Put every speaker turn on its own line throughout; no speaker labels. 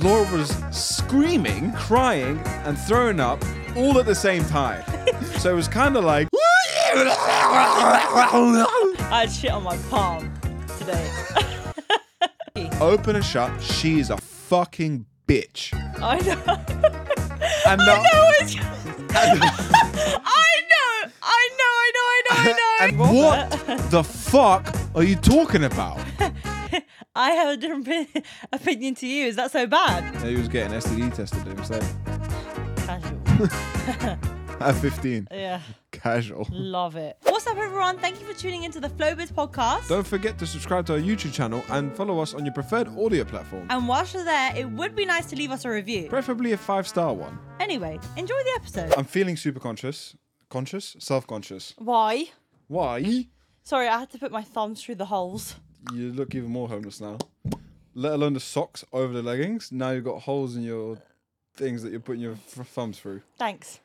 Laura was screaming, crying, and throwing up all at the same time. so it was kind of like.
I had shit on my palm today.
Open and shut, she is a fucking bitch.
I know.
And
I
not-
know it's. I know. I know. I know. I know. I
and
know.
what the fuck are you talking about?
I have a different opin- opinion to you. Is that so bad?
he was getting STD tested himself
Casual.
at 15.
Yeah.
Casual.
Love it. What's up, everyone? Thank you for tuning into the Flowbiz podcast.
Don't forget to subscribe to our YouTube channel and follow us on your preferred audio platform,
and whilst you're there, it would be nice to leave us a review.
preferably a five star one.
Anyway, enjoy the episode.
I'm feeling super conscious. Conscious? Self conscious.
Why?
Why?
Sorry, I had to put my thumbs through the holes.
You look even more homeless now. Let alone the socks over the leggings. Now you've got holes in your things that you're putting your f- thumbs through.
Thanks.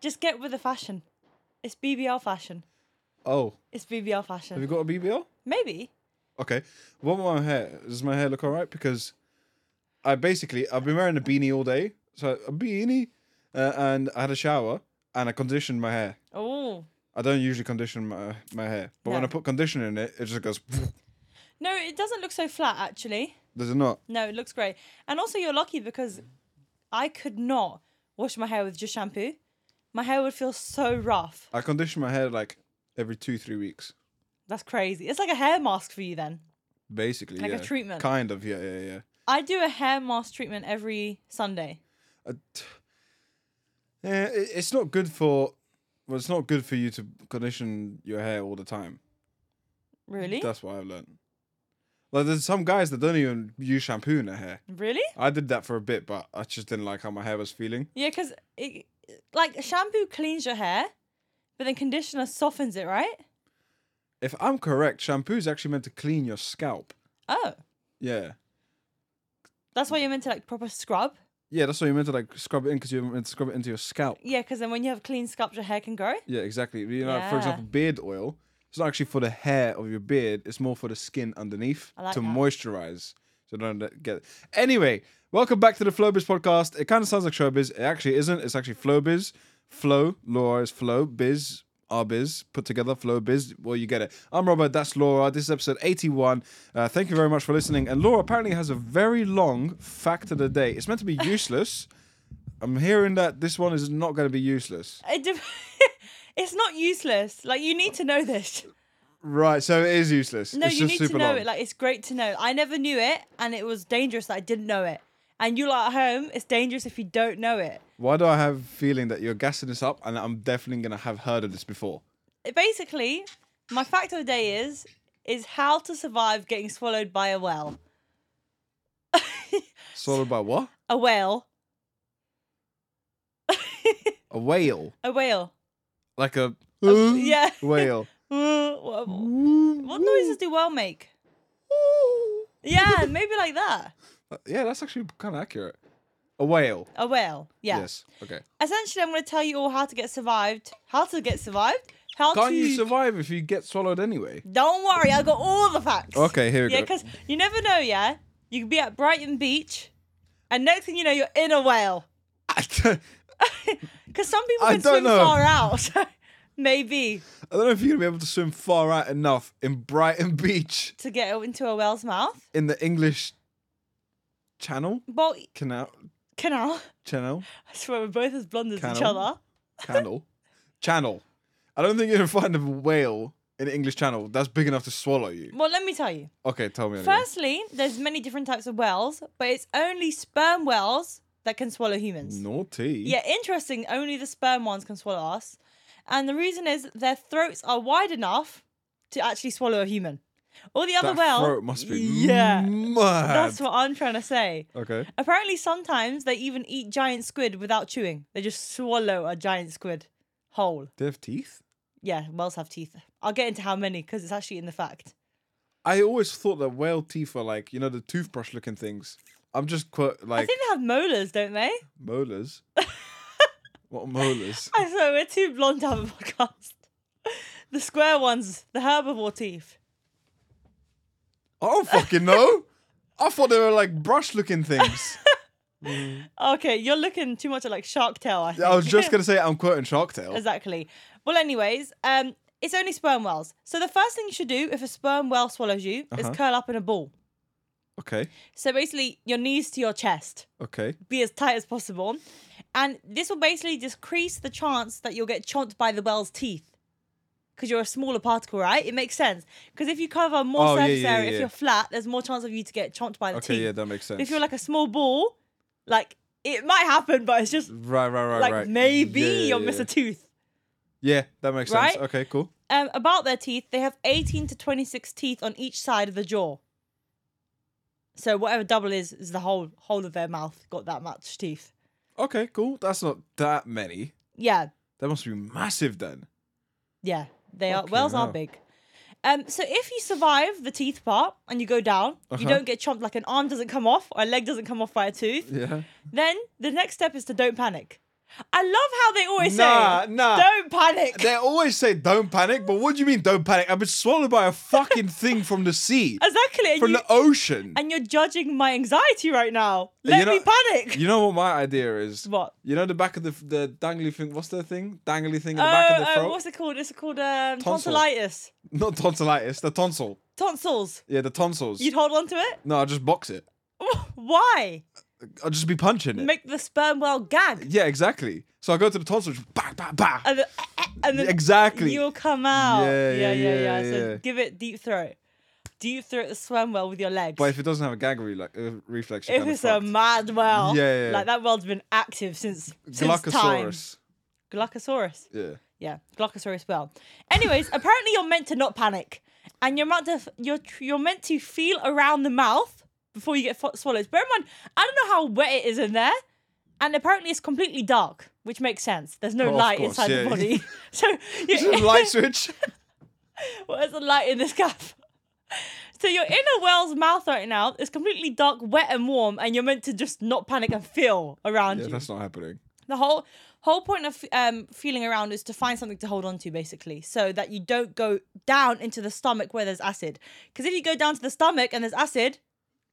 Just get with the fashion. It's BBL fashion.
Oh,
It's BBL
have
fashion.
you got a BBL?
Maybe.
Okay. What about my hair? Does my hair look all right? Because I basically I've been wearing a beanie all day, so a beanie, uh, and I had a shower and I conditioned my hair.
Oh.
I don't usually condition my my hair, but when
No.
I put conditioner in it, it just goes.
No, it doesn't look so flat actually.
Does it not?
No, it looks great. And also, you're lucky because I could not wash my hair with just shampoo. My hair would feel so rough.
I condition my hair like every two three weeks,
That's crazy. It's like a hair mask for you then.
basically.
Like a
yeah.
treatment.
Kind of, yeah, yeah, yeah.
I do a hair mask treatment every Sunday.
Uh, t- yeah, it, it's not good for. Well, it's not good for you to condition your hair all the time.
Really?
That's what I've learned. Like, there's some guys that don't even use shampoo in their hair.
really?
I did that for a bit, but I just didn't like how my hair was feeling.
Yeah, because it, like shampoo cleans your hair, but then conditioner softens it, right?
If I'm correct, shampoo is actually meant to clean your scalp.
Oh,
Yeah.
that's why you're meant to like proper scrub.
Yeah, that's what you're meant to like scrub it in because you're meant to scrub it into your scalp.
Yeah, because then when you have clean scalp, your hair can grow.
Yeah, exactly. You know, like, for
Yeah.
example, beard oil. It's not actually for the hair of your beard. It's more for the skin underneath
I like
to
that.
moisturize. So don't let- get. Anyway, welcome back to the Flowbiz podcast. It kind of sounds like showbiz. It actually isn't. It's actually Flowbiz. Flow, Laura is Flow, Biz, our Biz, put together, Flow Biz. Well, you get it. I'm Robert. That's Laura. This is episode 81. Uh, thank you very much for listening. And Laura apparently has a very long fact of the day. It's meant to be useless. I'm hearing that this one is not going to be useless.
It de- it's not useless. Like you need to know this.
Right, so it is useless.
No,
it's
you
just
need
super
to know
long.
it. Like it's great to know. I never knew it, and it was dangerous that I didn't know it. And you like at home, it's dangerous if you don't know it.
Why do I have a feeling that you're gassing this up and I'm definitely gonna have heard of this before?
It- basically, my fact of the day is is how to survive getting swallowed by a whale.
Swallowed by what?
A whale.
A whale.
A whale.
Like a
Oh, yeah.
whale.
what, what noises do whale make? Yeah, maybe like that.
Uh, Yeah, that's actually kinda accurate. A whale.
A whale. Yeah.
Yes. Okay.
Essentially, I'm going to tell you all how to get survived. How to get survived. How
Can't
to.
you survive if you get swallowed anyway?
Don't worry, I got all the facts.
Okay, here we
Yeah,
go.
because you never know, yeah? You could be at Brighton Beach, and next thing you know, you're in a whale.
I don't
Because some people
I
can
don't
swim
know.
far out. so Maybe
I don't know if you're gonna be able to swim far out enough in Brighton Beach
to get into a whale's mouth.
in the English channel?
Well,
Canal
canal.
channel?
I swear we're both as blonde as each
Canal.
other.
Channel. channel. I don't think you're gonna find a whale in an English channel that's big enough to swallow you.
Well, let me tell you.
Okay, tell me. Anyway.
Firstly, there's many different types of whales, but it's only sperm whales that can swallow humans.
Naughty.
Yeah, interesting. Only the sperm ones can swallow us. And the reason is their throats are wide enough to actually swallow a human. All the other
That
whales.
throat must be
Yeah.
mad.
That's what I'm trying to say.
okay.
Apparently, sometimes they even eat giant squid without chewing. They just swallow a giant squid whole.
They have teeth.
Yeah, whales have teeth. I'll get into how many because it's actually in the fact.
I always thought that whale teeth are like you know the toothbrush looking things. I'm just quote
I
like
think they have molars, don't they?
molars. what molars?
I swear, we're too blonde to have a podcast. The square ones, the herbivore teeth.
I don't fucking know. I thought they were like brush looking things.
Okay, you're looking too much at like Shark Tale. I, think.
I was just gonna say I'm quoting Shark Tale.
exactly. Well, anyways, um, it's only sperm whales. So the first thing you should do if a sperm whale swallows you
Uh-huh.
is curl up in a ball.
Okay,
So basically, your knees to your chest,
okay.
be as tight as possible, and this will basically decrease the chance that you'll get chomped by the whale's teeth. Because you're a smaller particle, right? It makes sense. Because if you cover more
Oh, yeah,
surface
yeah,
area,
yeah.
if you're flat, there's more chance of you to get chomped by the
Okay,
teeth.
yeah, that makes sense.
If you're like a small ball, like it might happen, but it's just
right, right, right,
like
right.
maybe
Yeah, yeah,
you'll
yeah.
miss a tooth.
Yeah, that makes
Right?
sense. Okay, cool.
Um, about their teeth, they have 18 to 26 teeth on each side of the jaw. So whatever double is is the whole whole of their mouth got that much teeth.
Okay, cool. That's not that many.
Yeah,
That must be massive then.
yeah, they are.
Fucking
Whales are
hell.
big. Um, so if you survive the teeth part and you go down, you
Uh-huh.
don't get chomped like an arm doesn't come off or a leg doesn't come off by a tooth.
Yeah.
Then the next step is to don't panic. I love how they always
Nah,
say,
nah.
"Don't panic."
They always say don't panic, but what do you mean don't panic? I've been swallowed by a fucking thing from the sea,
Exactly. And,
from
you,
the ocean.
and you're judging my anxiety right now. Let
know-
me panic.
You know what my idea is?
What?
You know the back of the the dangly thing. What's the thing? Dangly thing in the back of the
oh,
throat.
what's it called? It's called um,
Tonsil.
tonsillitis.
Not tonsillitis. The tonsil.
Tonsils.
Yeah, the tonsils.
You'd hold on to it?
No, I'll just box it.
Why?
I'll just be punching it.
Make the sperm well gag.
yeah, exactly. So I go to the tonsils. just Bah, bah, bah.
And then, and then
exactly.
you'll come out.
Yeah, yeah, yeah,
So
yeah.
give it deep throat. Deep throat the sperm well with your legs.
But if it doesn't have a gag re- uh, reflex, you're
if
kind
it's
of
a
fucked.
mad well,
Yeah, yeah, yeah.
like that well's been active since, since time.
Glaucosaurus.
Glaucosaurus.
Yeah.
Yeah, Glaucosaurus well. Anyways, apparently you're meant to not panic, and you're meant to f- you're tr- you're meant to feel around the mouth before you get fo- swallowed. Bear in mind, I don't know how wet it is in there, and apparently it's completely dark, which makes sense. There's no
Oh, of
light
course,
inside
yeah.
the body, so
Just a
you
light switch.
where's the light in this gap? So you're in a whale's mouth right now. It's completely dark, wet, and warm, and you're meant to just not panic and feel around
yeah,
you.
that's not happening.
The whole whole point of um, feeling around is to find something to hold on to, basically, so that you don't go down into the stomach where there's acid. Because if you go down to the stomach and there's acid,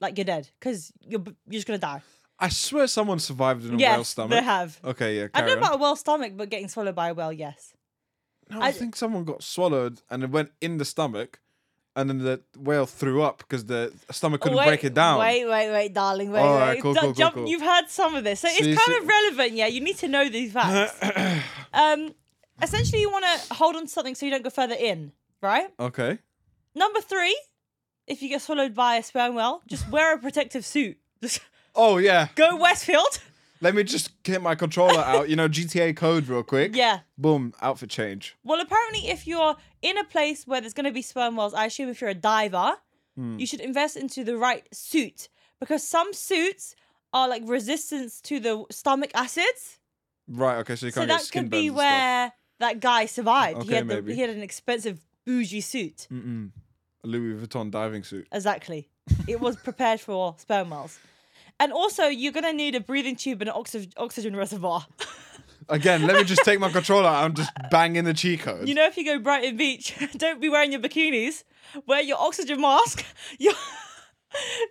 like you're dead, because you're b- you're just gonna die.
I swear someone survived in a
Yes,
whale stomach.
they have.
Okay, yeah.
I
carry
don't
on.
know about a whale stomach, but getting swallowed by a whale, yes.
No, I,
I-
think someone got swallowed and it went in the stomach, and then the whale threw up because the stomach couldn't
wait,
break it down.
Wait, wait, wait, darling, wait,
All
wait.
right, cool,
Don't
cool, cool,
jump.
cool.
You've heard some of this, so
See,
it's kind
see-
of relevant. Yeah, you need to know these facts. um, essentially, you want to hold on to something so you don't go further in, right?
Okay.
Number three, if you get swallowed by a sperm whale, just wear a protective suit. Just
Oh yeah.
go Westfield.
Let me just get my controller out. You know GTA code real quick.
Yeah.
Boom. Outfit change.
Well, apparently, if you're in a place where there's going to be sperm whales, I assume if you're a diver,
Hmm.
you should invest into the right suit because some suits are like resistance to the stomach acids.
Right. Okay. So you
So
can't get
that
skin
could be
burns and stuff.
where that guy survived.
Okay,
he, had the,
maybe. Hmm.
he had an expensive bougie suit.
A Louis Vuitton diving suit.
Exactly. It was prepared for sperm whales. And also, you're going to need a breathing tube and an oxy- oxygen reservoir.
Again, let me just take my controller out and just bang in the cheat code.
You know, if you go Brighton Beach, don't be wearing your bikinis. Wear your oxygen mask, your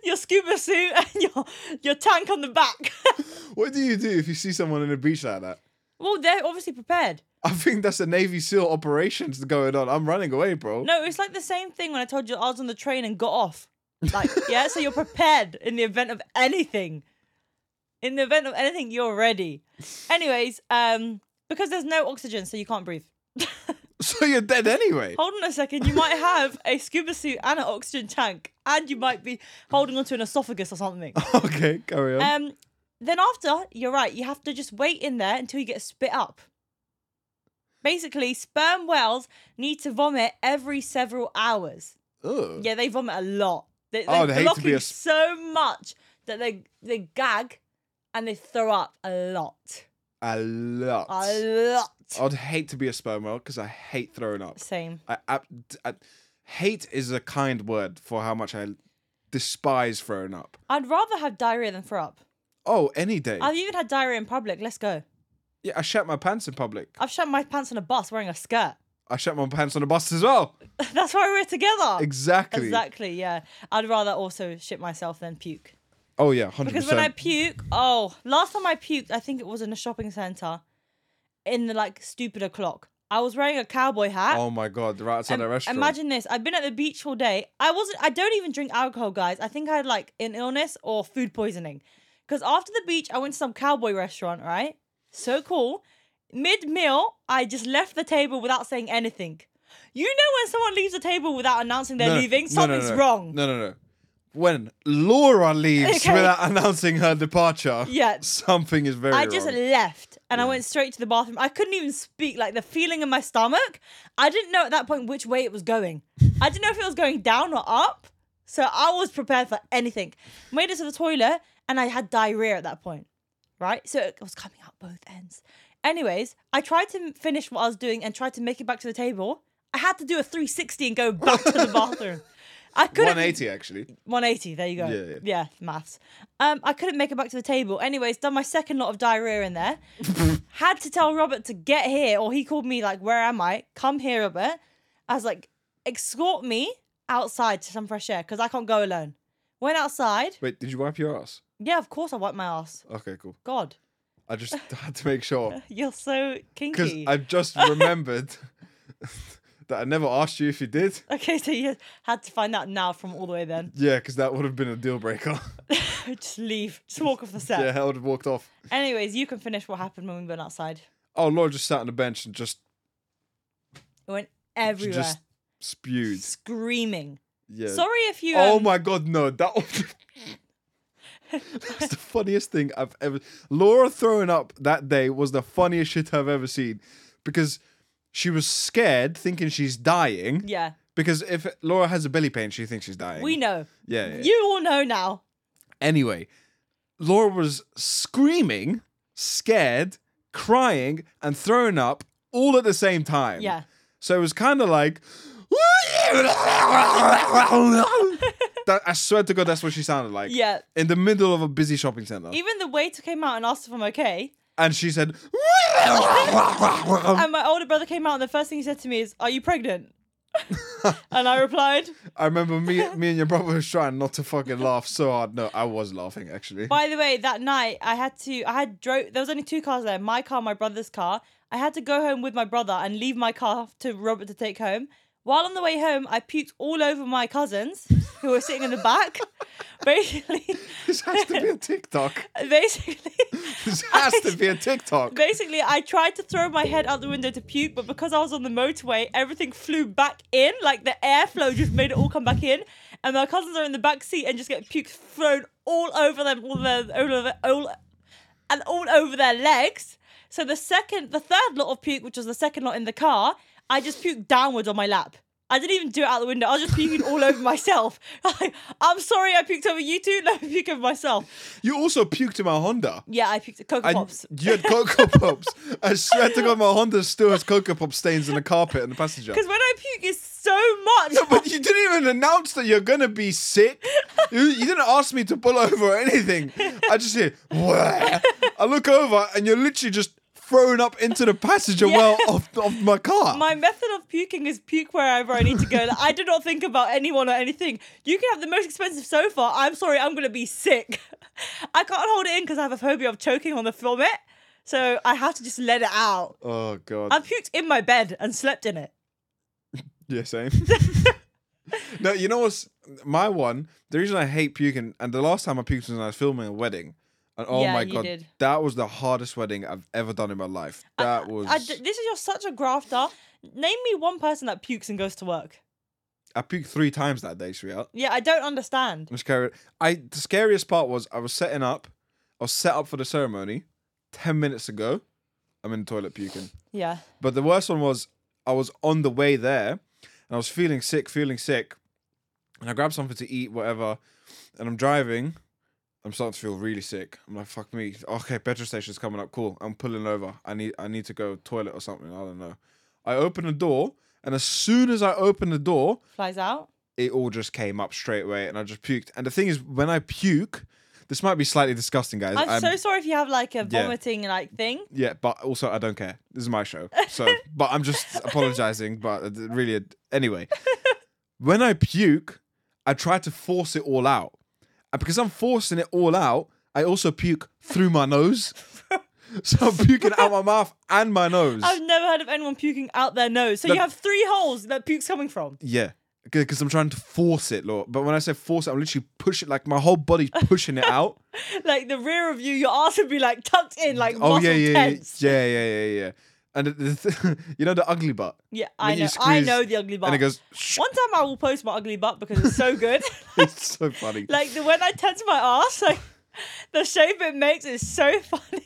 your scuba suit, and your your tank on the back.
what do you do if you see someone in a beach like that?
well, they're obviously prepared.
I think that's the Navy SEAL operations going on. I'm running away, bro.
No, it's like the same thing when I told you I was on the train and got off. Like, yeah, so you're prepared in the event of anything. In the event of anything, you're ready. Anyways, um, because there's no oxygen, so you can't breathe.
So you're dead anyway.
Hold on a second. You might have a scuba suit and an oxygen tank, and you might be holding onto an esophagus or something.
Okay, carry on.
Um, then after, you're right. You have to just wait in there until you get spit up. Basically, sperm whales need to vomit every several hours.
Ugh.
Yeah, they vomit a lot. They,
Oh,
they're
they hate to
blocking
be a sp-
so much that they they gag and they throw up a lot,
A lot.
a lot.
I'd hate to be a sperm whale because I hate throwing up.
Same.
I, I, I- hate is a kind word for how much I despise throwing up.
I'd rather have diarrhea than throw up.
Oh, any day.
I've even had diarrhea in public. Let's go.
yeah, I shat my pants in public.
I've shat my pants on a bus wearing a skirt.
I shat my pants on a bus as well.
That's why we're together.
Exactly.
Exactly, yeah. I'd rather also shit myself than puke.
Oh yeah, hundred
Because when I
percent.
puke, oh, last time I puked, I think it was in a shopping center, in the like stupid o'clock. I was wearing a cowboy hat.
Oh my god, right outside
Im-
that restaurant.
Imagine this. I've been at the beach all day. I wasn't I don't even drink alcohol, guys. I think I had like an illness or food poisoning. Cause after the beach, I went to some cowboy restaurant, right? So cool. Mid meal, I just left the table without saying anything. You know when someone leaves the table without announcing they're
No,
leaving,
no, no,
something's
no.
wrong.
No, no, no. When Laura leaves
Okay.
without announcing her departure,
Yeah.
something is very
I just
wrong.
left and I went straight to the bathroom. I couldn't even speak, like the feeling in my stomach. I didn't know at that point which way it was going. I didn't know if it was going down or up. So I was prepared for anything. Made it to the toilet and I had diarrhea at that point, right? So it was coming out both ends. Anyways, I tried to finish what I was doing and tried to make it back to the table. I had to do a 360 and go back to the bathroom. I couldn't
180 actually.
180. There you go.
Yeah, yeah.
Yeah, maths. Um, I couldn't make it back to the table. Anyways, done my second lot of diarrhea in there. Had to tell Robert to get here, or he called me like, "Where am I? Come here, Robert." I was like, "Escort me outside to some fresh air because I can't go alone." Went outside.
Wait, did you wipe your ass?
Yeah, of course I wiped my ass.
Okay, cool.
God,
I just had to make sure
you're so
because
kinky.
I just remembered that I never asked you if you did.
Okay, so you had to find out now from all the way then.
Yeah, because that would have been a deal breaker.
Just leave. Just walk off the set.
yeah, I would have walked off.
Anyways, you can finish what happened when we went outside.
Oh, Laura just sat on the bench and just
It went
she
everywhere.
just spewed.
screaming.
Yeah.
Sorry if you.
Oh
um,
my god, no! That was that's the funniest thing I've ever. Laura throwing up that day was the funniest shit I've ever seen, because she was scared, thinking she's dying.
Yeah,
Because if Laura has a belly pain, she thinks she's dying.
we know.
Yeah. yeah.
You all know now.
Anyway, Laura was screaming, scared, crying, and throwing up all at the same time.
Yeah.
So it was kind of like. that, I swear to God, that's what she sounded like.
Yeah.
In the middle of a busy shopping center.
Even the waiter came out and asked if I'm okay.
And she said. Um,
And my older brother came out, and the first thing he said to me is, Are you pregnant? and I replied,
I remember me, me and your brother was trying not to fucking laugh so hard. No, I was laughing actually.
By the way, that night I had to, I had drove, there was only two cars there my car, my brother's car. I had to go home with my brother and leave my car to Robert to take home. While on the way home, I puked all over my cousins who were sitting in the back. Basically,
This has to be a TikTok.
basically,
This has to be a TikTok.
Basically, I tried to throw my head out the window to puke, but because I was on the motorway, everything flew back in. Like the airflow just made it all come back in. And my cousins are in the back seat and just get puke thrown all over them, all over, all over, all, and all over their legs. So the second, the third lot of puke, which was the second lot in the car, I just puked downwards on my lap. I didn't even do it out the window. I was just puking all over myself. Like, I'm sorry, I puked over you two. Let me puke over myself.
You also puked in my Honda.
Yeah, I puked Cocoa
I,
Pops.
you had Cocoa Pops. I swear to God, my Honda still has Cocoa Pop stains in the carpet and the passenger.
Because when I puke, it's so much.
But you didn't even announce that you're gonna be sick. You, you didn't ask me to pull over or anything. I just hear, "Wah." I look over and you're literally just thrown up into the passenger
Yeah.
well of, of my car.
My method of puking is puke wherever I need to go. Like, I do not think about anyone or anything. You can have the most expensive sofa. I'm sorry, I'm gonna be sick. I can't hold it in because I have a phobia of choking on the vomit. So I have to just let it out.
oh God.
I puked in my bed and slept in it.
Yeah, same. no, you know what's my one? The reason I hate puking, and the last time I puked was when I was filming a wedding. And oh
Yeah,
my
you
god,
did.
that was the hardest wedding I've ever done in my life. That was
I
I,
d- this is you're such a grafter. Name me one person that pukes and goes to work.
puked three times that day, sweetheart.
Yeah, I don't understand.
I'm scared. I the scariest part was I was setting up, I was set up for the ceremony. Ten minutes ago, I'm in the toilet puking.
Yeah,
But the worst one was I was on the way there and I was feeling sick, feeling sick. And I grabbed something to eat, whatever, and I'm driving. I'm starting to feel really sick. I'm like, fuck me. Okay, petrol station's coming up. Cool. I'm pulling over. I need I need to go toilet or something. I don't know. I open the door, and as soon as I open the door,
flies out.
it all just came up straight away and I just puked. And the thing is, when I puke, this might be slightly disgusting, guys.
I'm, so sorry if you have like a
Yeah.
vomiting like thing.
Yeah, but also I don't care. This is my show. So, but I'm just apologizing. But it really, anyway, when I puke, I try to force it all out, And because I'm forcing it all out, I also puke through my nose. so I'm puking out my mouth and my nose.
I've never heard of anyone puking out their nose. So
Look-
you have three holes that puke's coming from.
Yeah. Because I'm trying to force it, Lord. But when I say force it, I'm literally pushing, like my whole body's pushing it out.
Like the rear of you, your arse would be like tucked in, like
oh,
muscle
yeah, yeah, yeah,
tense.
yeah, yeah, yeah, yeah. And the, the th- you know the ugly butt?
Yeah,
When
I
you
know. I
squeeze
know the ugly butt.
And it goes, "Shh."
One time I will post my ugly butt because it's so good.
it's so funny.
like the when I tense my arse, like the shape it makes is so funny.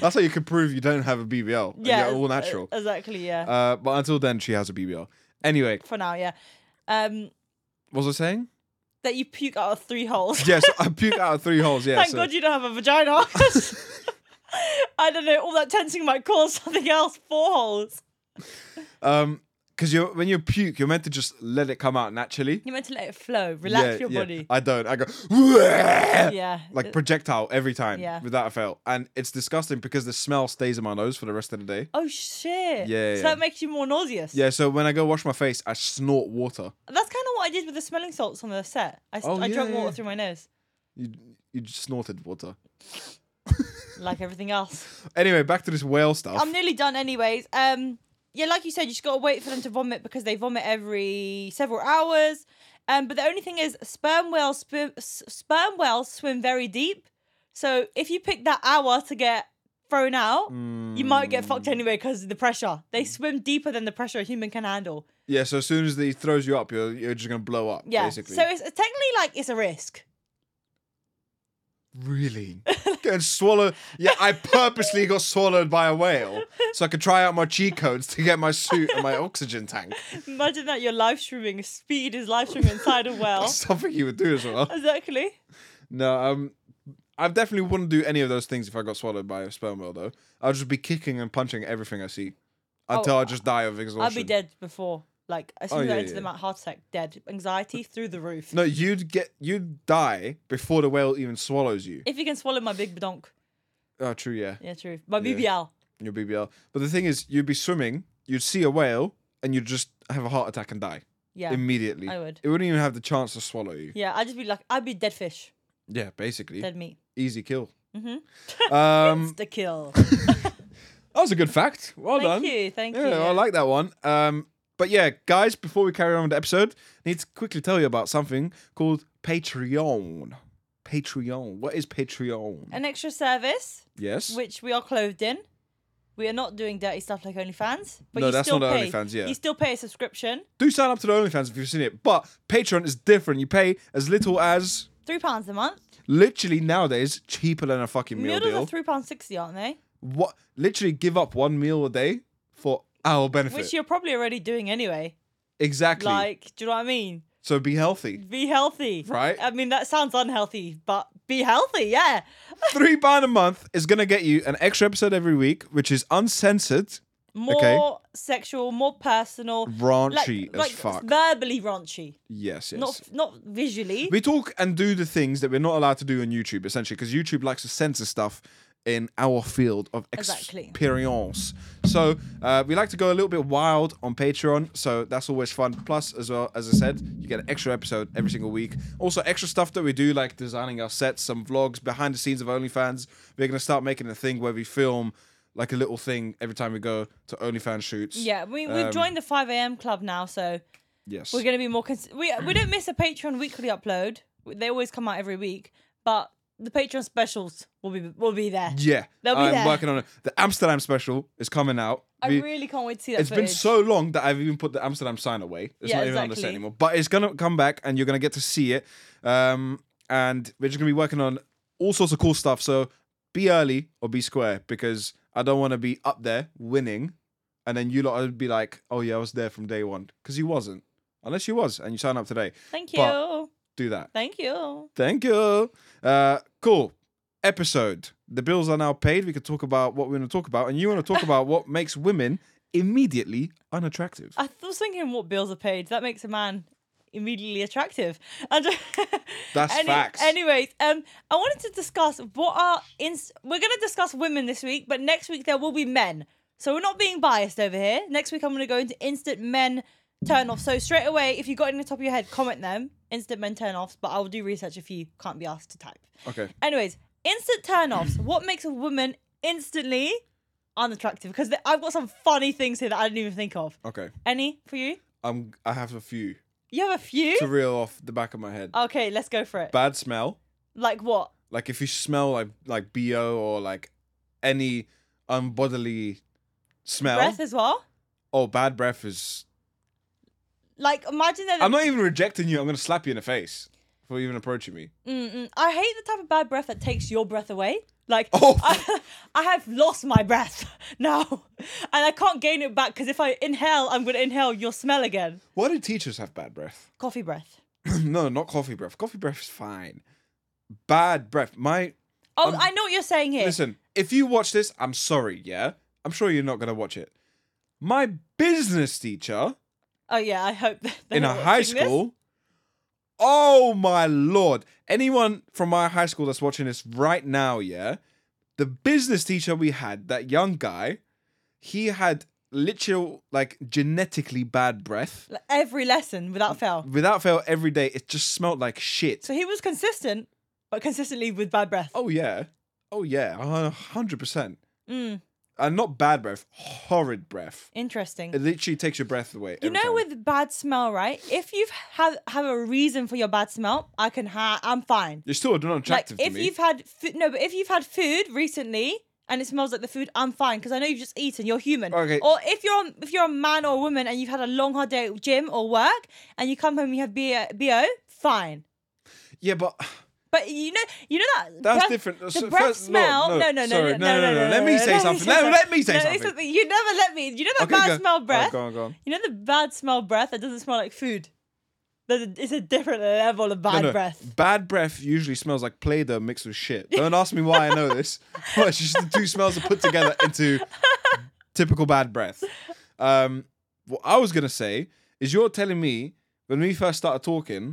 That's how you can prove you don't have a BBL.
Yeah,
Uh,
uh,
Yeah. all
ex-
natural.
Exactly. Yeah.
Uh, but until then, she has a BBL. Anyway,
For now, yeah. Um,
what was I saying?
that you puke out of three holes.
Yes, I puke out of three holes. Yeah.
Thank
so-
God you don't have a vagina. 'cause I don't know. All that tensing might cause something else. Four holes.
Um, because you're when you puke, you're meant to just let it come out naturally.
You're meant to let it flow. Relax
Yeah,
your
yeah. Oh,
body.
I don't. I go.
Yeah.
Like projectile every time
Yeah.
without fail, and it's disgusting because the smell stays in my nose for the rest of the day.
oh shit.
Yeah,
So
yeah.
that makes you more nauseous.
Yeah, so when I go wash my face, I snort water.
That's kind of what I did with the smelling salts on the set. I, s-
Oh,
I
yeah,
drank water
yeah.
through my nose,
You you just snorted water.
like everything else.
Anyway, back to this whale stuff.
I'm nearly done, anyways. Um, yeah, like you said, you just gotta wait for them to vomit because they vomit every several hours. Um, but the only thing is, sperm whales swim, s- sperm whales swim very deep. So if you pick that hour to get thrown out, you might get fucked
Mm.
anyway because of the pressure. They swim deeper than the pressure a human can handle.
yeah, so as soon as he throws you up, you're you're just gonna blow up.
Yeah.
basically.
So it's, it's technically like it's a risk.
Really? Getting swallowed. Yeah, I purposely got swallowed by a whale so I could try out my cheat codes to get my suit and my oxygen tank.
Imagine that you're live streaming. Speed is live streaming inside a whale.
That's something you would do as well.
Exactly.
No, um, I definitely wouldn't do any of those things if I got swallowed by a sperm whale, though. I'd just be kicking and punching everything I see until I just die of exhaustion.
Oh, I'd be dead before. Like as soon
Oh,
as I
yeah,
enter the
yeah.
mount heart attack, dead. Anxiety through the roof.
No, you'd get you'd die before the whale even swallows you.
If you can swallow my big badonk.
Oh, true, yeah,
Yeah, true. My BBL.
your BBL. But the thing is, you'd be swimming, you'd see a whale, and you'd just have a heart attack and die
Yeah.
immediately.
I would.
It wouldn't even have the chance to swallow you.
Yeah, I'd just be like I'd be dead fish.
Yeah, basically.
Dead meat.
Easy kill.
Mm-hmm.
um,
The kill.
that was a good fact. Well done.
Thank you, thank
Yeah,
you.
I like that one. Um, but yeah, guys, before we carry on with the episode, I need to quickly tell you about something called Patreon. Patreon. What is Patreon?
An extra service,
yes.
which we are clothed in. We are not doing dirty stuff like OnlyFans. But
No,
you
that's
still
not
pay.
OnlyFans, yeah.
You still pay a subscription.
Do sign up to the OnlyFans if you've seen it. But Patreon is different. You pay as little as
Three pounds a month.
literally nowadays cheaper than a fucking meal
Noodles
deal.
are three pounds sixty, aren't they?
what? Literally give up one meal a day for our benefit.
Which you're probably already doing anyway.
exactly.
Like, do you know what I mean?
so be healthy.
Be healthy.
Right.
I mean, that sounds unhealthy, but be healthy, yeah.
three pound a month is gonna get you an extra episode every week, which is uncensored,
More
Okay.
sexual, more personal.
raunchy as fuck.
Verbally raunchy.
yes, yes.
Not not visually.
we talk and do the things that we're not allowed to do on YouTube, essentially, because YouTube likes to censor stuff in our field of
Exactly.
experience. So uh, we like to go a little bit wild on Patreon, so that's always fun. Plus, as well as I said, you get an extra episode every single week. Also, extra stuff that we do, like designing our sets, some vlogs, behind the scenes of OnlyFans. We're gonna start making a thing where we film like a little thing every time we go to OnlyFans shoots.
yeah, we, we've
Um,
joined the 5 a.m. club now, so
Yes.
we're going to be more. Cons- we, we don't miss a Patreon weekly upload. They always come out every week, but the Patreon specials will be will be there.
yeah,
They'll be
I'm
there.
working on it. The Amsterdam special is coming out.
I
We-
really can't wait to see that
It's
footage.
been so long that I've even put the Amsterdam sign away. It's
Yeah,
not even on the set
exactly.
anymore. But it's gonna come back, and you're gonna get to see it. Um, and we're just gonna be working on all sorts of cool stuff. So be early or be square because I don't want to be up there winning, and then you lot would be like, "Oh yeah, I was there from day one," because you wasn't, unless you was, and you sign up today.
Thank you.
but- Do that.
Thank you.
Thank you. Uh, cool episode. The bills are now paid. We could talk about what we want to talk about, and you want to talk about what makes women immediately unattractive.
I was thinking what bills are paid. That makes a man immediately attractive. And
That's facts.
Anyways, um, I wanted to discuss what are ins- we're going to discuss women this week, but next week there will be men. So we're not being biased over here. Next week I'm going to go into instant men turn off. So straight away, if you got it in the top of your head, comment them. Instant men turn offs, but I'll do research if you can't be asked to type.
Okay.
Anyways, instant turn offs. what makes a woman instantly unattractive? Because I've got some funny things here that I didn't even think of.
Okay.
Any for you?
I'm. I have a few
You have a few?
to reel off the back of my head.
Okay, let's go for it.
Bad smell.
Like what?
Like if you smell like like bo or like any unbodily smell.
Breath as well?
oh, bad breath is.
Like imagine that.
I'm not even rejecting you. I'm gonna slap you in the face for even approaching me.
Mm-mm. I hate the type of bad breath that takes your breath away. Like,
Oh.
I, I have lost my breath now, and I can't gain it back because if I inhale, I'm gonna inhale your smell again.
Why do teachers have bad breath?
Coffee breath.
no, not coffee breath. Coffee breath is fine. Bad breath. My
Oh, I know what you're saying here.
Um, listen. If you watch this, I'm sorry. Yeah, I'm sure you're not gonna watch it. My business teacher
oh yeah, I hope. that they're
in a
not
high
watching this.
school. Oh my lord! Anyone from my high school that's watching this right now, yeah, the business teacher we had, that young guy, he had literal like genetically bad breath.
Like, every lesson without fail.
Without fail, every day it just smelled like shit.
So he was consistent, but consistently with bad breath.
Oh yeah. Oh yeah. A hundred percent.
Mm,
And not bad breath, horrid breath.
interesting.
It literally takes your breath away.
You know, with bad smell, right? If you have have a reason for your bad smell, I can ha- I'm fine.
you're still not
like
attractive
if
to me.
you've had food no but if you've had food recently and it smells like the food i'm fine because i know you've just eaten you're human
Okay.
or if you're if you're a man or a woman and you've had a long hard day at gym or work and you come home and you have B- bo fine
Yeah, but
but you know you know that
that's
breath-
different.
the
So
breath
first- no,
smell
no,
no no no
sorry,
no,
no, no, no, let me say something. Let- let me say
No, it's
something.
something you never let me you know that
Okay,
bad
go-
smell
oh,
breath
go on, go on.
you know the bad smell breath that doesn't smell like food There's a- it's a different level of
No,
bad
no.
breath
Bad breath usually smells like Play-Doh mixed with shit. Don't ask me why I know this. But it's just the two smells are put together into typical bad breath. Um, what I was gonna say is you're telling me when we first started talking,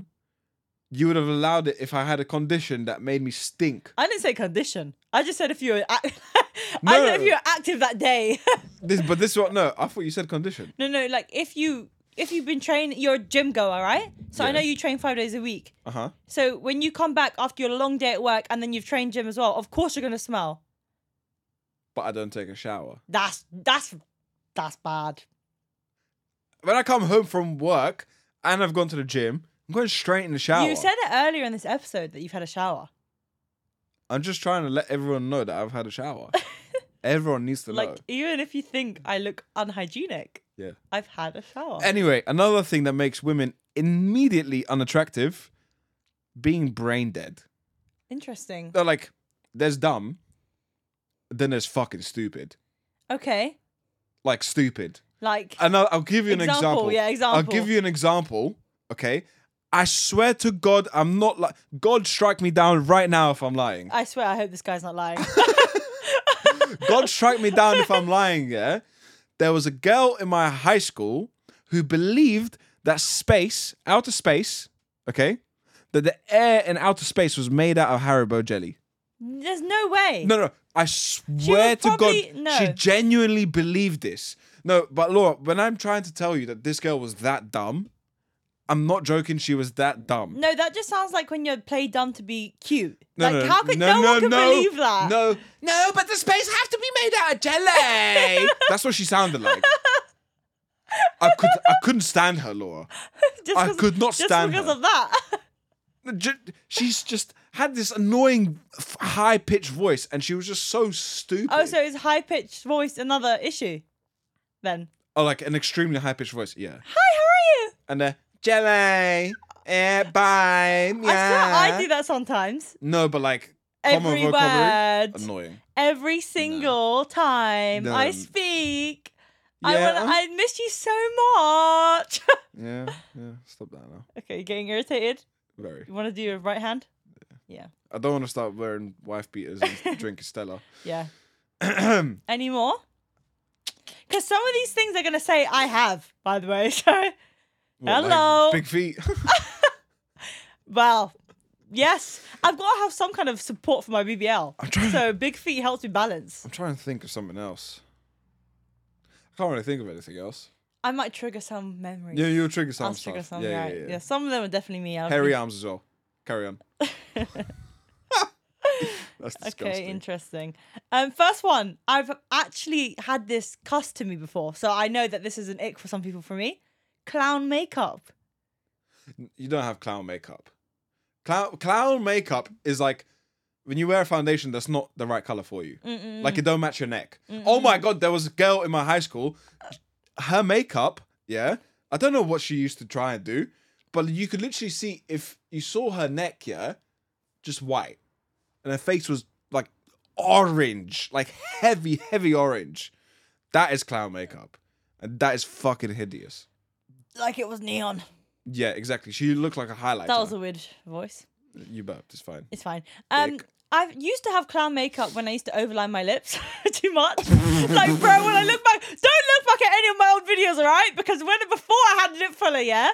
you would have allowed it if I had a condition that made me stink.
I didn't say condition. I just said if you were. ac
No,
I
no,
said if
no.
you were active that day.
This, but this one, no, I thought you said condition.
no, no, like if you if you've been training, you're a gym goer, right? So I
Yeah.
know you train five days a week.
Uh huh.
So when you come back after your long day at work and then you've trained gym as well, of course you're gonna smell.
But I don't take a shower.
That's that's that's bad.
When I come home from work and I've gone to the gym, I'm going straight in the shower.
You said it earlier in this episode that you've had a shower.
I'm just trying to let everyone know that I've had a shower. everyone needs to know.
Like even if you think I look unhygienic,
Yeah.
I've had a shower.
Anyway, another thing that makes women immediately unattractive being brain dead.
Interesting.
They're like, there's dumb, then there's fucking stupid.
Okay.
Like, stupid.
Like
And I'll, I'll give you an
Example,
example.
yeah,
I'll
example.
give you an example, okay? I swear to God, I'm not like, God strike me down right now if I'm lying.
I swear, I hope this guy's not lying.
God strike me down if I'm lying, yeah? There was a girl in my high school who believed that space, outer space, okay, that the air in outer space was made out of Haribo jelly.
There's no way.
No, no, I swear to
probably-
God,
no.
she genuinely believed this. No, but Laura, when I'm trying to tell you that this girl was that dumb, I'm not joking, she was that dumb.
No, that just sounds like when you play dumb to be cute.
No,
like,
no,
how could
no,
no,
no,
one can
no,
believe that?
No, no, but the space have to be made out of jelly. That's what she sounded like. I could, I couldn't stand her, Laura.
just
I
'cause-
could not stand
Just because
her.
of that.
Ju- She's just had this annoying, f- high-pitched voice, and she was just so stupid.
oh, so is high pitched voice another issue then?
Oh, like an extremely high-pitched voice. Yeah,
Hi, how are you?
and uh, jelly. Eh, bye. Yeah.
I swear I do that sometimes.
No, but like common
Every
vocabulary,
word,
annoying.
every single time
No.
I speak. I,
Yeah.
wanna, I miss you so much.
Yeah, yeah. Stop that now.
okay, getting irritated.
Very.
You want to do your right hand? Yeah.
I don't want to start wearing wife beaters and drinking Stella.
Yeah.
Ahem.
Any more? Because some of these things they're going to say, I have, by the way. So,
What, like
Hello.
big feet.
well, yes, I've got to have some kind of support for my BBL.
I'm trying.
So, big feet helps me balance.
I'm trying to think of something else. I can't really think of anything else.
I might trigger some memories.
Yeah, you'll trigger some
I'll
stuff.
trigger some.
yeah,
right. Some of them are definitely me. I'll
Hairy
be-
arms as well. Carry on. That's disgusting.
Okay, interesting. Um, first one, I've actually had this cussed to me before, so I know that this is an ick for some people. For me, clown makeup.
you don't have clown makeup. Clown clown makeup is like when you wear a foundation that's not the right color for you. Like it don't match your neck. Oh my god, there was a girl in my high school. Her makeup, yeah. I don't know what she used to try and do, but you could literally see if you saw her neck, yeah, just white. And her face was like orange, like heavy, heavy orange. That is clown makeup. And that is fucking hideous.
Like it was neon.
Yeah, exactly. She looked like a highlighter.
That was a weird voice.
You burped. It's fine.
It's fine. Um,
Ick.
I used to have clown makeup when I used to overline my lips too much. like, bro, when I look back, don't look back at any of my old videos, all right? Because when before I had lip filler, yeah,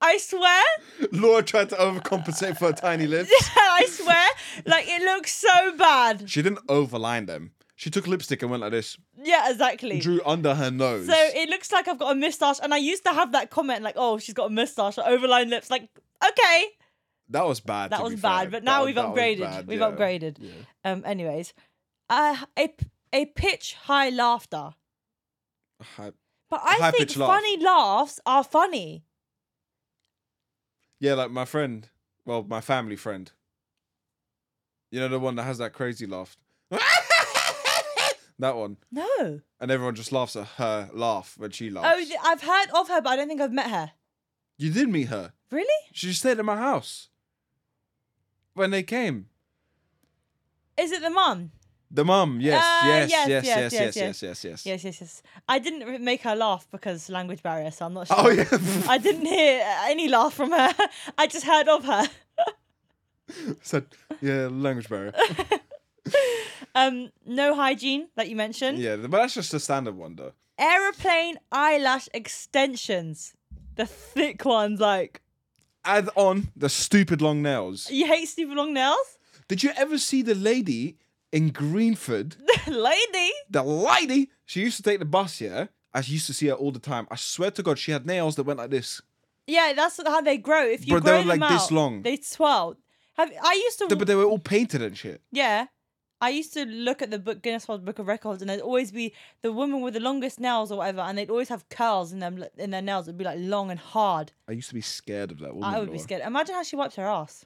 I swear,
Laura tried to overcompensate for her tiny lips.
I swear, like it looks so bad.
She didn't overline them. She took lipstick and went like this,
Yeah, exactly.
drew under her nose.
So it looks like I've got a mustache, and I used to have that comment like, "Oh, she's got a mustache, or overline lips." Like, okay,
that was bad.
that
to
was
be
bad,
fair.
but now
That-
we've
that was
upgraded.
bad,
we've
yeah.
upgraded.
Yeah.
Um, anyways, uh, a a pitch high laughter,
Hi-
but I think
High-pitched laugh.
funny laughs are funny.
Yeah, like my friend. Well, my family friend. You know the one that has that crazy laugh. that one,
No,
and everyone just laughs at her laugh when she laughs.
oh, th- I've heard of her, but I don't think I've met her.
you did meet her.
Really?
She stayed at my house when they came.
Is it the mum?
The mum, yes,
Uh,
yes,
yes,
yes, yes, yes,
yes,
yes, yes,
yes,
yes,
Yes, yes, yes. I didn't re- make her laugh because language barrier, so I'm not sure.
Oh yeah.
I didn't hear uh, any laugh from her. I just heard of her.
Said yeah, language barrier.
Um, no hygiene, like you mentioned.
Yeah, but that's just the standard one though.
Aeroplane eyelash extensions, the thick ones. Like
Add on the stupid long nails.
you hate super long nails,
Did you ever see the lady in Greenford?
lady.
The lady she used to take the bus here. I used to see her all the time. I swear to God, she had nails that went like this.
Yeah, that's how they grow. If you
Bro, they
grow
were,
them
like, this
out,
long.
they swell. Have I used to?
Th- But they were all painted and shit.
yeah. I used to look at the book Guinness World Book of Records, and there'd always be the woman with the longest nails or whatever, and they'd always have curls in them in their nails. It'd be like long and hard.
I used to be scared of that woman.
I would be
Laura.
scared. Imagine how she wipes her ass.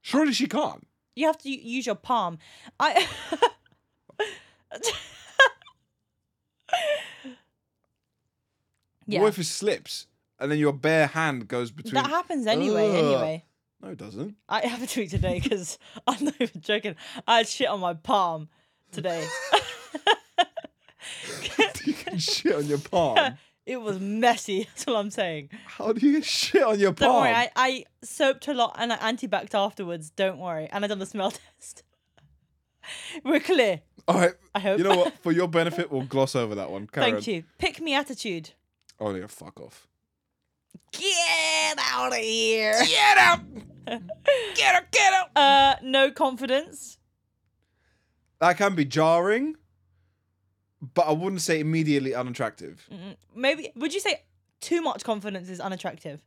Surely she can't.
You have to u- use your palm. I. yeah,
What if it slips and then your bare hand goes between?
that happens anyway.
Ugh.
Anyway,
No, it doesn't.
I have a tweet today because I'm not even joking. I had shit on my palm today.
you can shit on your palm.
it was messy. That's all I'm saying.
How do you shit on your
Don't
palm?
worry. I, I soaped a lot and I antibacked afterwards. Don't worry. And I done the smell test. We're clear.
All right.
I hope.
You know what? For your benefit, we'll gloss over that one. Karen.
Thank you. Pick me attitude.
Oh, yeah, fuck off.
Get out of here.
Get out! get out, get out!
Uh, no confidence.
That can be jarring, but I wouldn't say immediately unattractive.
Mm. Maybe would you say too much confidence is unattractive?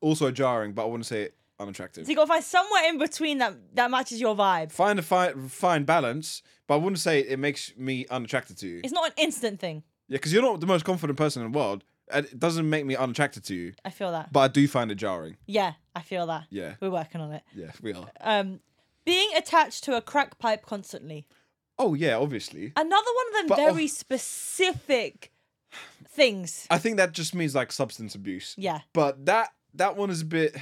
Also jarring, but I wouldn't say unattractive.
So you got to find somewhere in between that that matches your vibe.
Find a fi- fine balance, but I wouldn't say it makes me unattracted to you. Yeah,
It's not an instant thing.
because you're not the most confident person in the world. and It doesn't make me unattracted to you,
I feel that.
but I do find it jarring.
Yeah, I feel that.
Yeah,
We're working on it.
yeah, we are.
Um, being attached to a crack pipe constantly.
Oh, yeah, obviously.
Another one of them
But oh.
very specific things.
I think that just means like substance abuse.
Yeah.
but that that one is a bit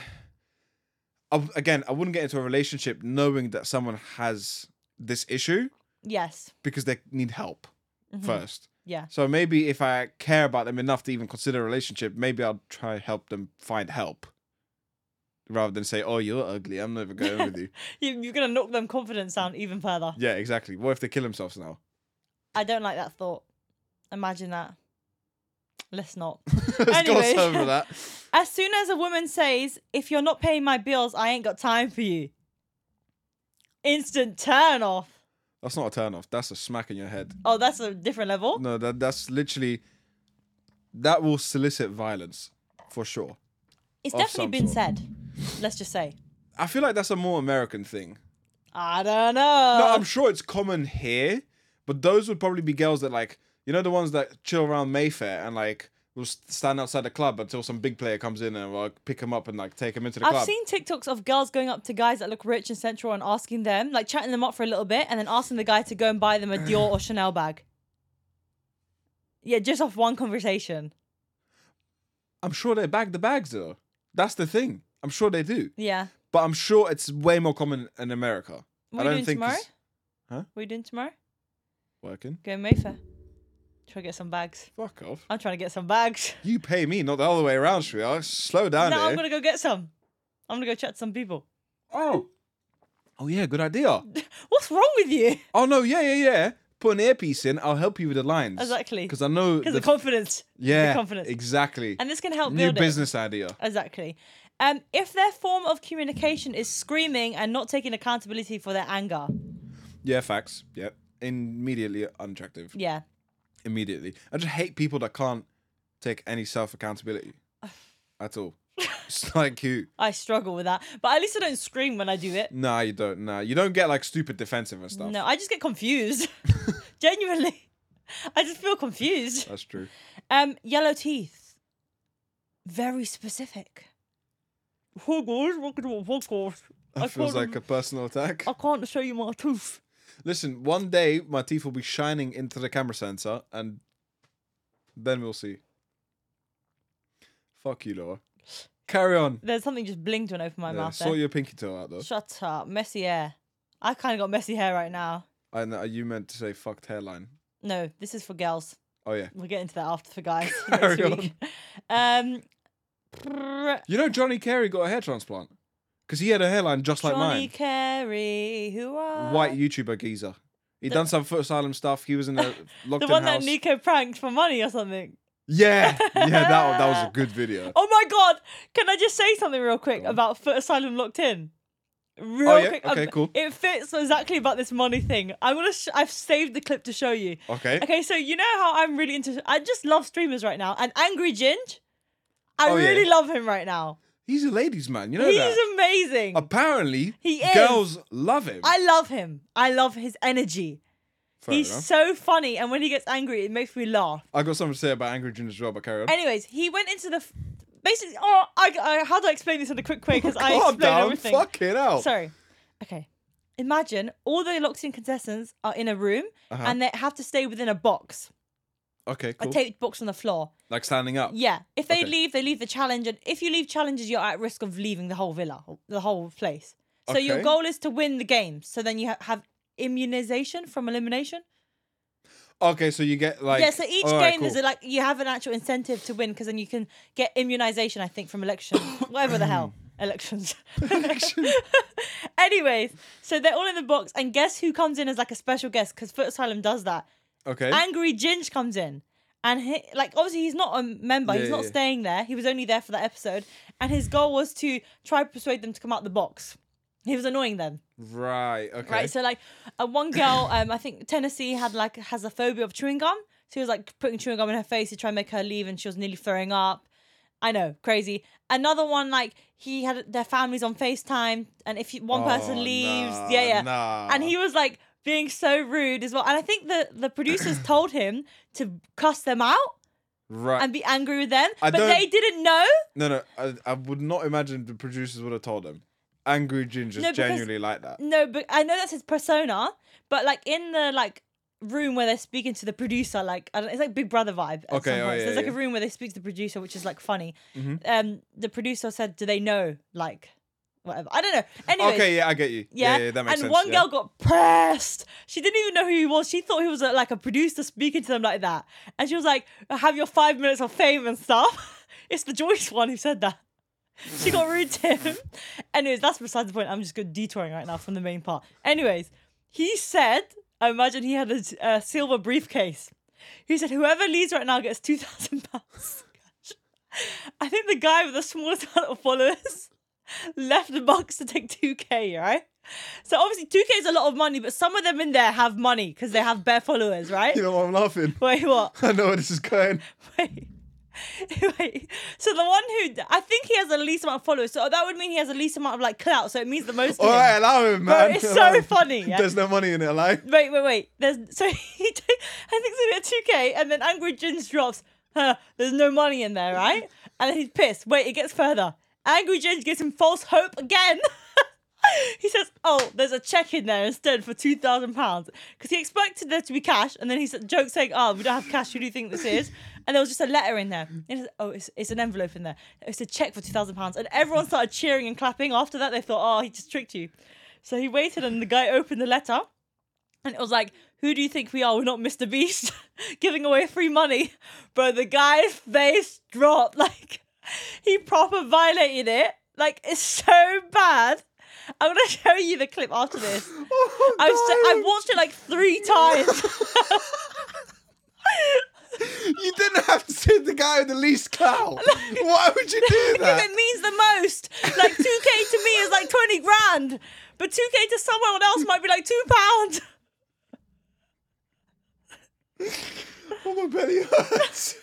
I w again i wouldn't get into a relationship knowing that someone has this issue
Yes.
because they need help first
Yeah.
so maybe if i care about them enough to even consider a relationship maybe i'll try and help them find help rather than say oh you're ugly i'm never going with you
You, you're gonna knock them confidence down even further.
yeah exactly what if they kill themselves now
I don't like that thought. Imagine that. Let's not.
let's gloss
Anyways.
over that
As soon as a woman says, if you're not paying my bills, I ain't got time for you. Instant turn off.
That's not a turn off. That's a smack in your head.
Oh, that's a different level.
No, that that's literally that will solicit violence for sure.
It's
Of
definitely
some
been
sort.
said. Let's just say.
I feel like that's a more American thing.
I don't
No,
know.
I'm sure it's common here, but those would probably be girls that like you know the ones that chill around Mayfair and like will s- stand outside the club until some big player comes in and like pick them up and like take them into the
I've
club.
seen TikToks of girls going up to guys that look rich and central and asking them, like chatting them up for a little bit, and then asking the guy to go and buy them a Dior or Chanel bag. Yeah, just off one conversation.
I'm sure they bag the bags though. That's the thing. I'm sure they do,
Yeah.
but I'm sure it's way more common in America. I
What are we
don't
doing
think
tomorrow?
it's Huh?
What are you doing tomorrow?
working.
Going Mayfair. Try to get some bags.
Fuck off.
I'm trying to get some bags.
You pay me, not the other way around, sweetheart. Slow down
now
here.
I'm gonna go get some. I'm gonna go chat to some people.
Oh. Oh yeah, good idea.
What's wrong with you?
Oh no, yeah, yeah, yeah. Put an earpiece in. I'll help you with the lines.
Exactly.
Because I know.
Because
the-
of confidence.
yeah.
confidence.
Exactly.
And this can help
New
build it.
business idea.
Exactly. Um, if their form of communication is screaming and not taking accountability for their anger,
Yeah, facts. Yeah. Immediately unattractive.
yeah,
Immediately. I just hate people that can't take any self accountability at all. it's not cute.
I struggle with that. But at least I don't scream when I do it.
Nah, you don't. Nah, you don't get like stupid defensive and stuff.
No, I just get confused. Genuinely, I just feel confused.
That's true.
Um, yellow teeth. Very specific. Oh gosh, what could I podcast? I
That feels
can't,
like a personal attack.
I can't show you my tooth.
Listen, one day my teeth will be shining into the camera sensor, and then we'll see. Fuck you, Laura. Carry on.
There's something just blinked when I opened my
Yeah,
mouth.
saw
There.
your pinky toe out though.
Shut up, messy hair. I kind of got messy hair right now.
And uh, you meant to say fucked hairline.
No, this is for girls.
Oh yeah.
We'll get into that after for guys next
Carry
week. Um, prr-
You know Johnny Carey got a hair transplant because he had a hairline just like
Johnny
mine.
Carey, who are
White YouTuber geezer. He done some foot asylum stuff. He was in a locked
the
in
one
house.
that Nico pranked for money or something.
yeah, yeah, that that was a good video.
Oh my god! Can I just say something real quick
on. Oh,
about Foot Asylum locked in? Real
yeah?
quick. um,
Okay, cool.
It fits exactly about this money thing. I'm gonna. Sh- I've saved the clip to show you.
Okay.
Okay, so you know how I'm really into. I just love streamers right now. And Angry Ginge, I
Oh, yeah.
really love him right now.
He's a ladies' man. You know
He's
that.
amazing.
Apparently,
He is.
girls love him.
I love him. I love his energy.
Fair
He's
enough.
so funny, and when he gets angry, it makes me laugh.
I got something to say about Angry June as well, but carry on.
Anyways, he went into the f- basically. Oh, I, I how do I explain this in a quick way? Because I
Calm
explained
down,
everything.
fuck it out.
Sorry. Okay. Imagine all the locked-in contestants are in a room
Uh-huh.
and they have to stay within a box,
Okay, cool.
a taped box on the floor.
like standing up.
Yeah. If they
Okay.
leave, they leave the challenge, and if you leave challenges, you're at risk of leaving the whole villa, the whole place. So your
Okay.
goal is to win the game. So then you ha- have immunization from elimination.
Okay, so you get like
yeah, so each game
alright,
there's
cool.
a, like you have an actual incentive to win because then you can get immunization, I think, from election, whatever the hell, elections.
Election.
Anyways, so they're all in the box, and guess who comes in as like a special guest? Because Foot Asylum does that.
okay.
Angry Ginge comes in, and he, like obviously he's not a member,
Yeah,
he's not
yeah.
staying there. He was only there for that episode, and his goal was to try persuade them to come out the box. He was annoying them.
right. Okay.
Right. So like uh, one girl, um, I think Tennessee had like has a phobia of chewing gum. She was like putting chewing gum in her face to try and make her leave, and she was nearly throwing up. I know, crazy. Another one, like he had their families on Facetime, and if you, one person
Oh,
leaves,
nah,
yeah, yeah,
nah.
and he was like being so rude as well. And I think the the producers told him to cuss them out
right.
and be angry with them,
I
but
don't-
they didn't know.
no, no. I, I would not imagine the producers would have told him. Angry Ginger's
No, because-
genuinely like that.
No, but I know that's his persona. But like in the like room where they're speaking to the producer, like I don't, it's like Big Brother vibe. At
Okay,
some
oh,
point.
yeah,
so there's like
yeah. Mm-hmm.
a room where they speak to the producer, which is like funny. Um, the producer said, "Do they know like whatever?" I don't know. Anyway.
okay, yeah, I get you. Yeah, yeah, that makes
and
sense.
one
yeah.
girl got pressed. She didn't even know who he was. She thought he was uh, like a producer speaking to them like that. And she was like, "Have your five minutes of fame and stuff." it's the Joyce one who said that. She got rude to him. Anyways, that's besides the point. I'm just good detouring right now from the main part. Anyways, he said, I imagine he had a, uh silver briefcase. He said, whoever leaves right now gets two thousand pounds. I think the guy with the smallest amount of followers left the box to take two k. Right? So obviously, 2K is a lot of money, but some of them in there have money because they have bare followers, right?
You know what? I'm laughing.
Wait, what?
I know where this is going.
Wait. Wait. So the one who I think he has the least amount of followers, so that would mean he has the least amount of like clout. So it means the most. to
All
him.
right, allow him, man.
it's
Allow
so
him.
funny, yeah.
There's no money in it, like.
Wait, wait, wait. There's so he. T- I think it's in at 2K, and then Angry Jins drops. Huh, there's no money in there, right? And then he's pissed. Wait, it gets further. Angry Jins gives him false hope again. he says, "Oh, there's a check in there instead for two thousand pounds," because he expected there to be cash, and then he said, joke saying, "Oh, we don't have cash. Who do you think this is?" And there was just a letter in there. And he said, "Oh, it's, it's an envelope in there. It's a check for two thousand pounds." And everyone started cheering and clapping. After that, they thought, "Oh, he just tricked you." So he waited, and the guy opened the letter. And it was like, who do you think we are? We're not Mr. Beast giving away free money. Bro, the guy's face dropped. Like, he proper violated it. Like, it's so bad. I'm going to show you the clip after this.
Oh,
I've, s- I've
guys,
watched it like three times.
You didn't have to say the guy with the least clout. Why would you do
if
that?
it means the most, like 2K to me is like 20 grand, but 2K to someone else might be like two pounds.
Oh, my belly hurts.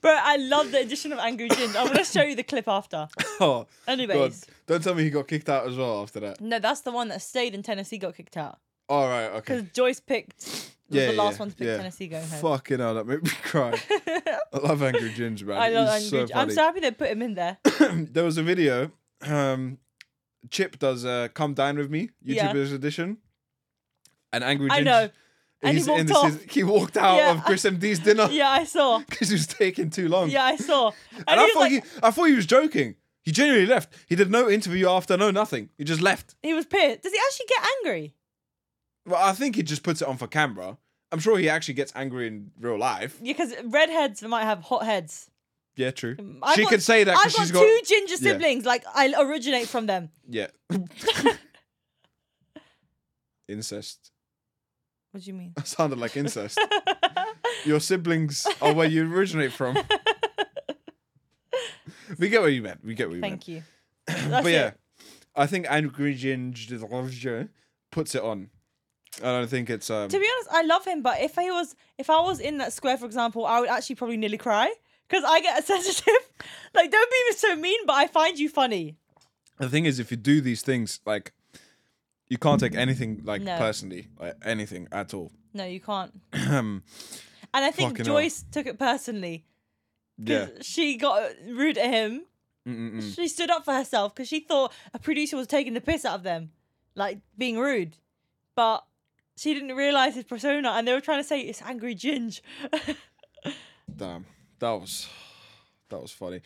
Bro, I love the addition of Angry Jin. I'm going to show you the clip after.
Oh, God.
Anyways.
Don't tell me he got kicked out as well after that.
No, that's the one that stayed in Tennessee got kicked out.
All right, okay.
Because Joyce picked was
Yeah,
the
yeah,
last one to pick
yeah.
Tennessee going home.
Fucking hell, that made me cry. I love Angry Ginger, man.
I love
He's
Angry.
so
Jin- I'm
funny.
so happy they put him in there.
there was a video. Um, Chip does uh, "Come Dine with Me"
Yeah.
YouTubers edition, and Angry
I
Ginger.
know. And he
he's
walked
in the
off.
season- He walked out
Yeah,
of Chris MD's dinner because
yeah, I saw.
he was taking too long.
Yeah, I saw.
and
And, he,
I
was
thought
like,
he, I thought he was joking. He genuinely left. He did no interview after, no nothing. He just left.
he was pissed. Does he actually get angry?
Well, I think he just puts it on for camera. I'm sure he actually gets angry in real life.
Because redheads might have hot heads.
Yeah, true.
I've
she
got-
can say that
I've
because
got
she's
two ginger
yeah.
siblings. Like I originate from them.
yeah. incest.
What do you mean?
That sounded like incest. Your siblings are where you originate from. we get what you meant. We get what you meant.
Thank you. That's
but yeah,
it.
I think Angry Ginger puts it on. I don't think it's um.
To be honest, I love him, but if I was if I was in that square, for example, I would actually probably nearly cry because I get sensitive. like, don't be so mean, but I find you funny.
the thing is, if you do these things, like you can't take anything like
No.
personally, like anything at all.
No, you can't.
Um,
And I think
Fucking hell.
Joyce took it personally.
yeah,
'cause She got rude at him.
Mm-mm-mm.
She stood up for herself because she thought a producer was taking the piss out of them, like being rude. But she didn't realize his persona, and they were trying to say it's angry Ginge.
damn, that was that was funny.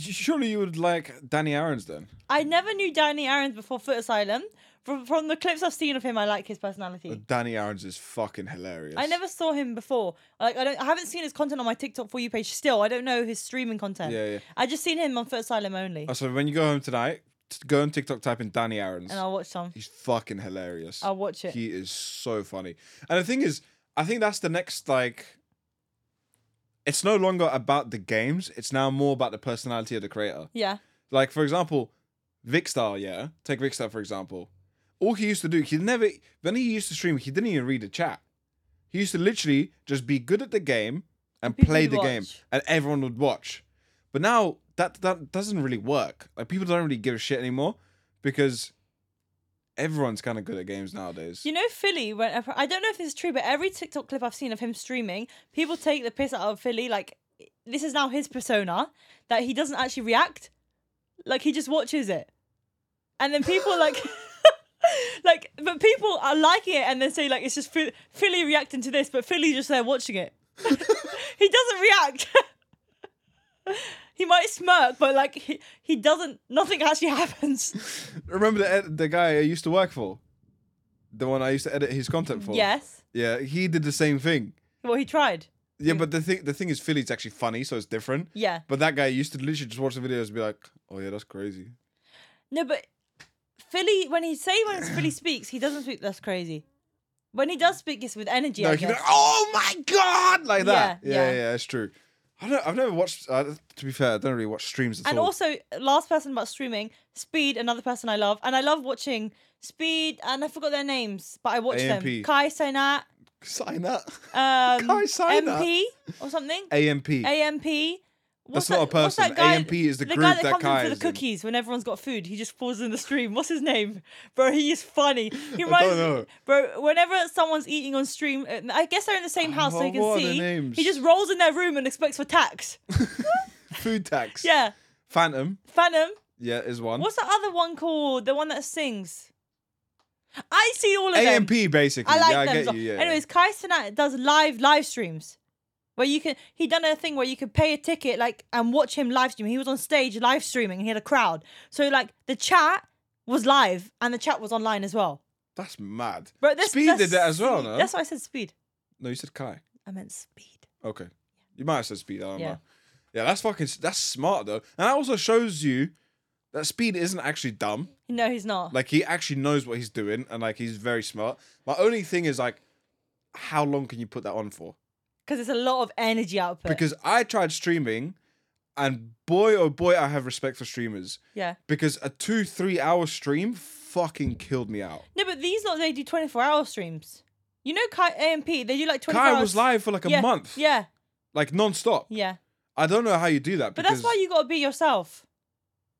Surely you would like Danny Aaron's then.
I never knew Danny Aaron's before Foot Asylum. From, from the clips I've seen of him, I like his personality.
Danny Aaron's is fucking hilarious.
I never saw him before. Like I don't, I haven't seen his content on my TikTok for you page. Still, I don't know his streaming content.
Yeah, yeah.
I just seen him on Foot Asylum only,
Oh, So when you go home tonight, t- go on TikTok, type in Danny Aaron's.
and I'll watch some.
He's fucking hilarious.
I'll watch it.
He is so funny. And the thing is, I think that's the next like. It's no longer about the games. It's now more about the personality of the creator.
yeah,
Like for example, Vicstar. Yeah, take Vicstar for example. All he used to do, he never. When he used to stream, he didn't even read the chat. He used to literally just be good at the game and
people
play
would
the game,
watch.
and everyone would watch. But now that that doesn't really work. Like people don't really give a shit anymore because everyone's kind of good at games nowadays.
you know Philly. When I don't know if this is true, but every TikTok clip I've seen of him streaming, people take the piss out of Philly. Like this is now his persona that he doesn't actually react. Like he just watches it, and then people like. Like, but people are liking it and then say like it's just Phil- Philly reacting to this, but Philly's just there watching it. he doesn't react. he might smirk, but like he, he doesn't. Nothing actually happens.
Remember the ed- the guy I used to work for, the one I used to edit his content for.
Yes.
yeah, he did the same thing.
Well, he tried.
Yeah, but the thing the thing is, Philly's actually funny, so it's different.
Yeah.
But that guy used to literally just watch the videos and be like, "Oh yeah, that's crazy."
No, but Philly when he say when it's Philly speaks, he doesn't speak. That's crazy. When he does speak, it's with energy.
No,
I
he'd be like,
guess.
"Oh my god," like that.
Yeah,
Yeah, yeah,
yeah.
that's true. I don't. I've never watched. Uh, to be fair, I don't really watch streams at
And
all.
also, last person about streaming, Speed, another person I love, and I love watching Speed, and I forgot their names, but I watch them.
AMP.
Kai Sinat,
Sign that.
um,
Kai Cenat.
MP or something.
AMP.
AMP. What's
That's not a
that- what's
person.
that guy-
AMP is the,
the
group
guy that,
that
comes
Kai
in for
is
the cookies when everyone's got food. He just falls in the stream. What's his name, bro? He is funny. He
I
reminds
don't know.
bro. Whenever someone's eating on stream, uh, I guess they're in the same house, so
Oh,
you can
what are their
see.
names?
He just rolls in their room and expects for tax.
Food tax.
yeah,
Phantom.
Phantom.
Yeah, is one.
What's the other one called? The one that sings. I see all of them.
AMP basically.
I like
yeah, I
them. as
get
well.
you. Yeah. yeah.
Anyways, Kai Cenat does live live streams where you can. He done a thing where you could pay a ticket like and watch him live stream. He was on stage live streaming. He had a crowd, so like the chat was live and the chat was online as well.
that's mad.
But this,
Speed
that's
did that as well.
speed.
No,
That's why I said speed.
no, you said Kai.
I meant speed.
Okay. You might have said speed. I don't
Yeah.
know. Yeah, that's fucking. s- That's smart though, and that also shows you that speed isn't actually dumb.
No, he's not.
Like he actually knows what he's doing, and like he's very smart. My only thing is like, how long can you put that on for?
Because it's a lot of energy output.
Because I tried streaming, and boy oh boy, I have respect for streamers
yeah.
because a two three hour stream fucking killed me out.
No, but these lot they do twenty four hour streams. You know, Kai AMP they do like twenty four hours.
Kai was live for like a
yeah,
month,
Yeah,
like non-stop.
yeah.
I don't know how you do that.
But
Because,
that's why you gotta be yourself.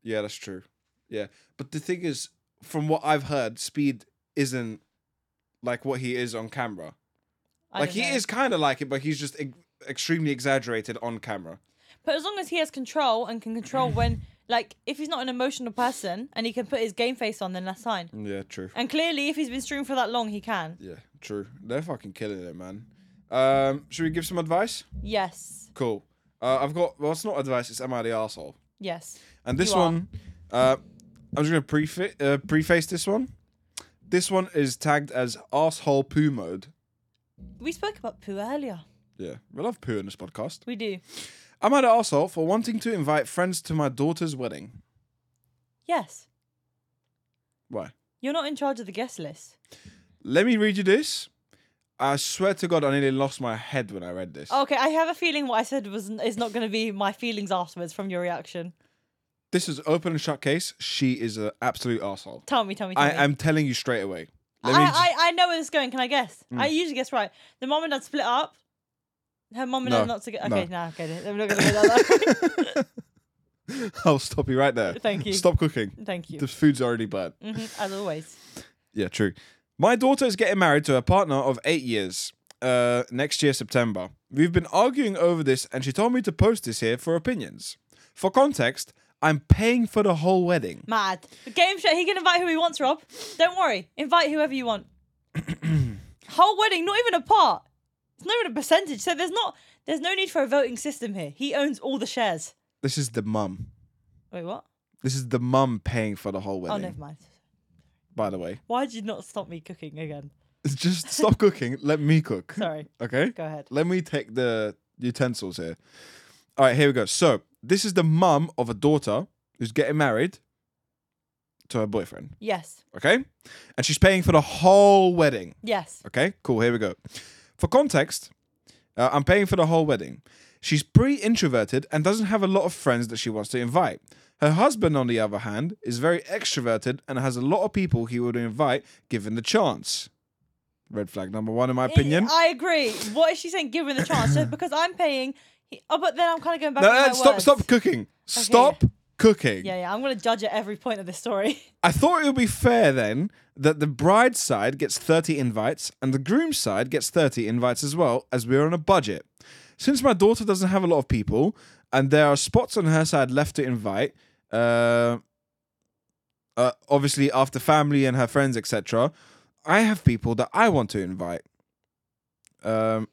Yeah, that's true. Yeah, but the thing is, from what I've heard, Speed isn't like what he is on camera.
I
like
don't
he
know.
is kind of like it, but he's just ex- extremely exaggerated on camera.
But as long as he has control and can control when, like, if he's not an emotional person and he can put his game face on, then that's fine.
Yeah, true.
And clearly, if he's been streaming for that long, he can.
Yeah, true. They're fucking killing it, man. Um, should we give some advice?
Yes,
Cool. Uh, I've got well, it's not advice. It's am I the asshole?
yes.
And this
You are.
one, uh, I'm just gonna prefa- uh, preface this one. This one is tagged as asshole poo mode.
We spoke about poo earlier.
Yeah, we love poo in this podcast.
We do.
Am I the asshole for wanting to invite friends to my daughter's wedding?
Yes.
Why?
You're not in charge of the guest list.
Let me read you this. I swear to God, I nearly lost my head when I read this.
Okay, I have a feeling what I said was is not going to be my feelings afterwards from your reaction.
This is open and shut case. She is an absolute asshole.
Tell me, tell me, tell
I
me.
am telling you straight away. Let me. Mm.
I,
just-
I, I know where this is going. Can I guess? I usually guess right. The mom and dad split up. Her mom and
No,
dad not together.
no.
Okay, no. okay. then We're not going to go that way.
I'll stop you right there.
Thank you.
Stop cooking.
Thank you.
The food's already bad.
Mhm, as always.
Yeah, true. My daughter is getting married to a partner of eight years uh, next year, September. We've been arguing over this, and she told me to post this here for opinions. For context, I'm paying for the whole wedding.
Mad. The game show, he can invite who he wants, Rob. Don't worry. Invite whoever you want. Whole wedding, not even a part. It's not even a percentage. So there's not there's no need for a voting system here. He owns all the shares.
This is the mum.
Wait, what?
This is the mum paying for the whole
Oh
wedding.
never mind.
By the way,
Why did you not stop me cooking again?
just stop cooking. Let me cook.
Sorry.
Okay.
Go ahead.
Let me take the utensils here. All right, here we go. So this is the mum of a daughter who's getting married to her boyfriend.
Yes.
Okay, and she's paying for the whole wedding.
Yes.
Okay, cool. Here we go. For context, uh, I'm paying for the whole wedding. She's pretty introverted and doesn't have a lot of friends that she wants to invite. Her husband, on the other hand, is very extroverted and has a lot of people he would invite given the chance. Red flag number one, in my opinion.
I agree. What is she saying? Given the chance, so because I'm paying. He, oh, but then I'm kind of going back.
No,
on
no,
my
stop,
words.
stop cooking. Stop cooking.
Yeah, yeah. I'm gonna judge at every point of this story.
I thought it would be fair then that the bride's side gets 30 invites and the groom's side gets 30 invites as well, as we're on a budget. Since my daughter doesn't have a lot of people and there are spots on her side left to invite, uh, uh, obviously after family and her friends, etc., I have people that I want to invite. Um,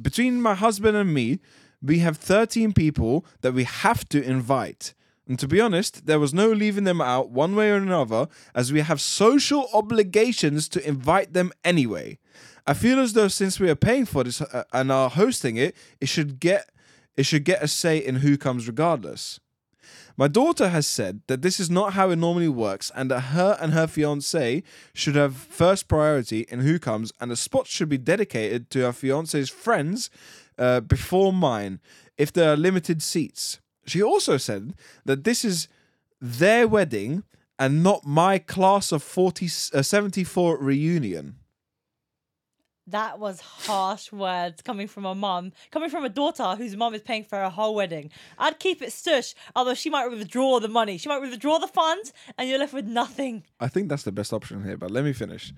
between my husband and me, we have 13 people that we have to invite. And to be honest, there was no leaving them out one way or another, as we have social obligations to invite them anyway. I feel as though since we are paying for this uh, and are hosting it, it should get it should get a say in who comes regardless. My daughter has said that this is not how it normally works and that her and her fiance should have first priority in who comes and the spot should be dedicated to her fiance's friends uh, before mine. if there are limited seats. She also said that this is their wedding and not my class of 40, uh, 74 reunion.
That was harsh words coming from a mum, coming from a daughter whose mum is paying for her whole wedding. I'd keep it stush, although she might withdraw the money. She might withdraw the funds, and you're left with nothing.
I think that's the best option here, but let me finish.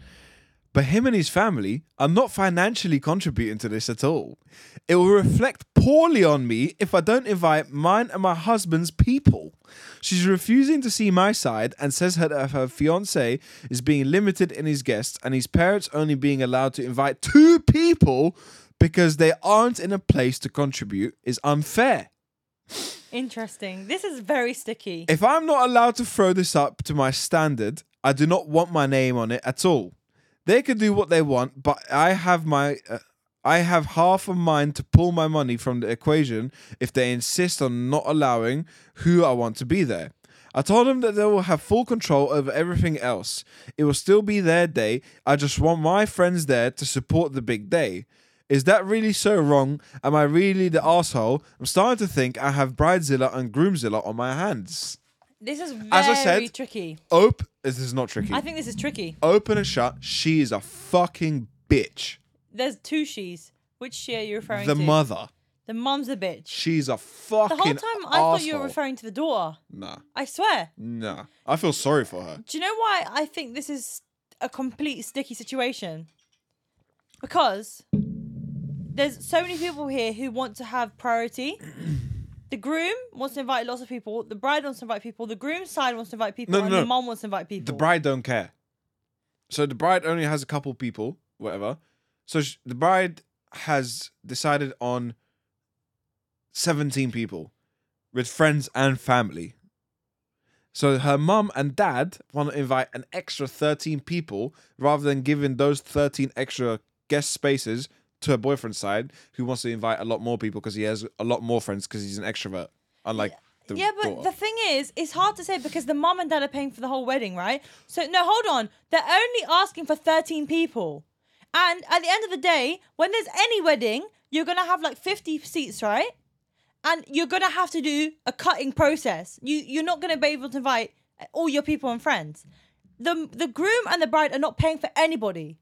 But him and his family are not financially contributing to this at all. It will reflect poorly on me if I don't invite mine and my husband's people. She's refusing to see my side and says her, that her fiance is being limited in his guests and his parents only being allowed to invite two people because they aren't in a place to contribute is unfair.
Interesting. This is very sticky.
If I'm not allowed to throw this up to my standard, I do not want my name on it at all. They can do what they want, but I have my uh, I have half of mine to pull my money from the equation if they insist on not allowing who I want to be there. I told them that they will have full control over everything else. It will still be their day. I just want my friends there to support the big day. Is that really so wrong? Am I really the asshole? I'm starting to think I have bridezilla and groomzilla on my hands.
This is very
As I said-
tricky.
Ope, this is not tricky.
I think this is tricky.
Open and shut. She is a fucking bitch.
There's two she's. Which she are you referring
the
to?
mother.
the mum's a bitch.
She's a fucking.
The whole time I thought you were
asshole.
referring to the daughter.
Nah,
I swear.
nah. I feel sorry for her.
Do you know why I think this is a complete sticky situation? Because there's so many people here who want to have priority. The groom wants to invite lots of people. The bride wants to invite people. The groom's side wants to invite people,
No, no,
and
no.
the mum wants to invite people.
The bride don't care. So the bride only has a couple people, whatever. So sh- the bride has decided on seventeen people with friends and family. So her mum and dad want to invite an extra thirteen people rather than giving those thirteen extra guest spaces to her boyfriend's side, who wants to invite a lot more people because he has a lot more friends because he's an extrovert. Unlike the
Yeah, but
daughter.
the thing is, it's hard to say because the mum and dad are paying for the whole wedding, right? So no, hold on. They're only asking for 13 people. And at the end of the day, when there's any wedding, you're going to have like 50 seats, right? And you're going to have to do a cutting process. You you're not going to be able to invite all your people and friends. The the groom and the bride are not paying for anybody.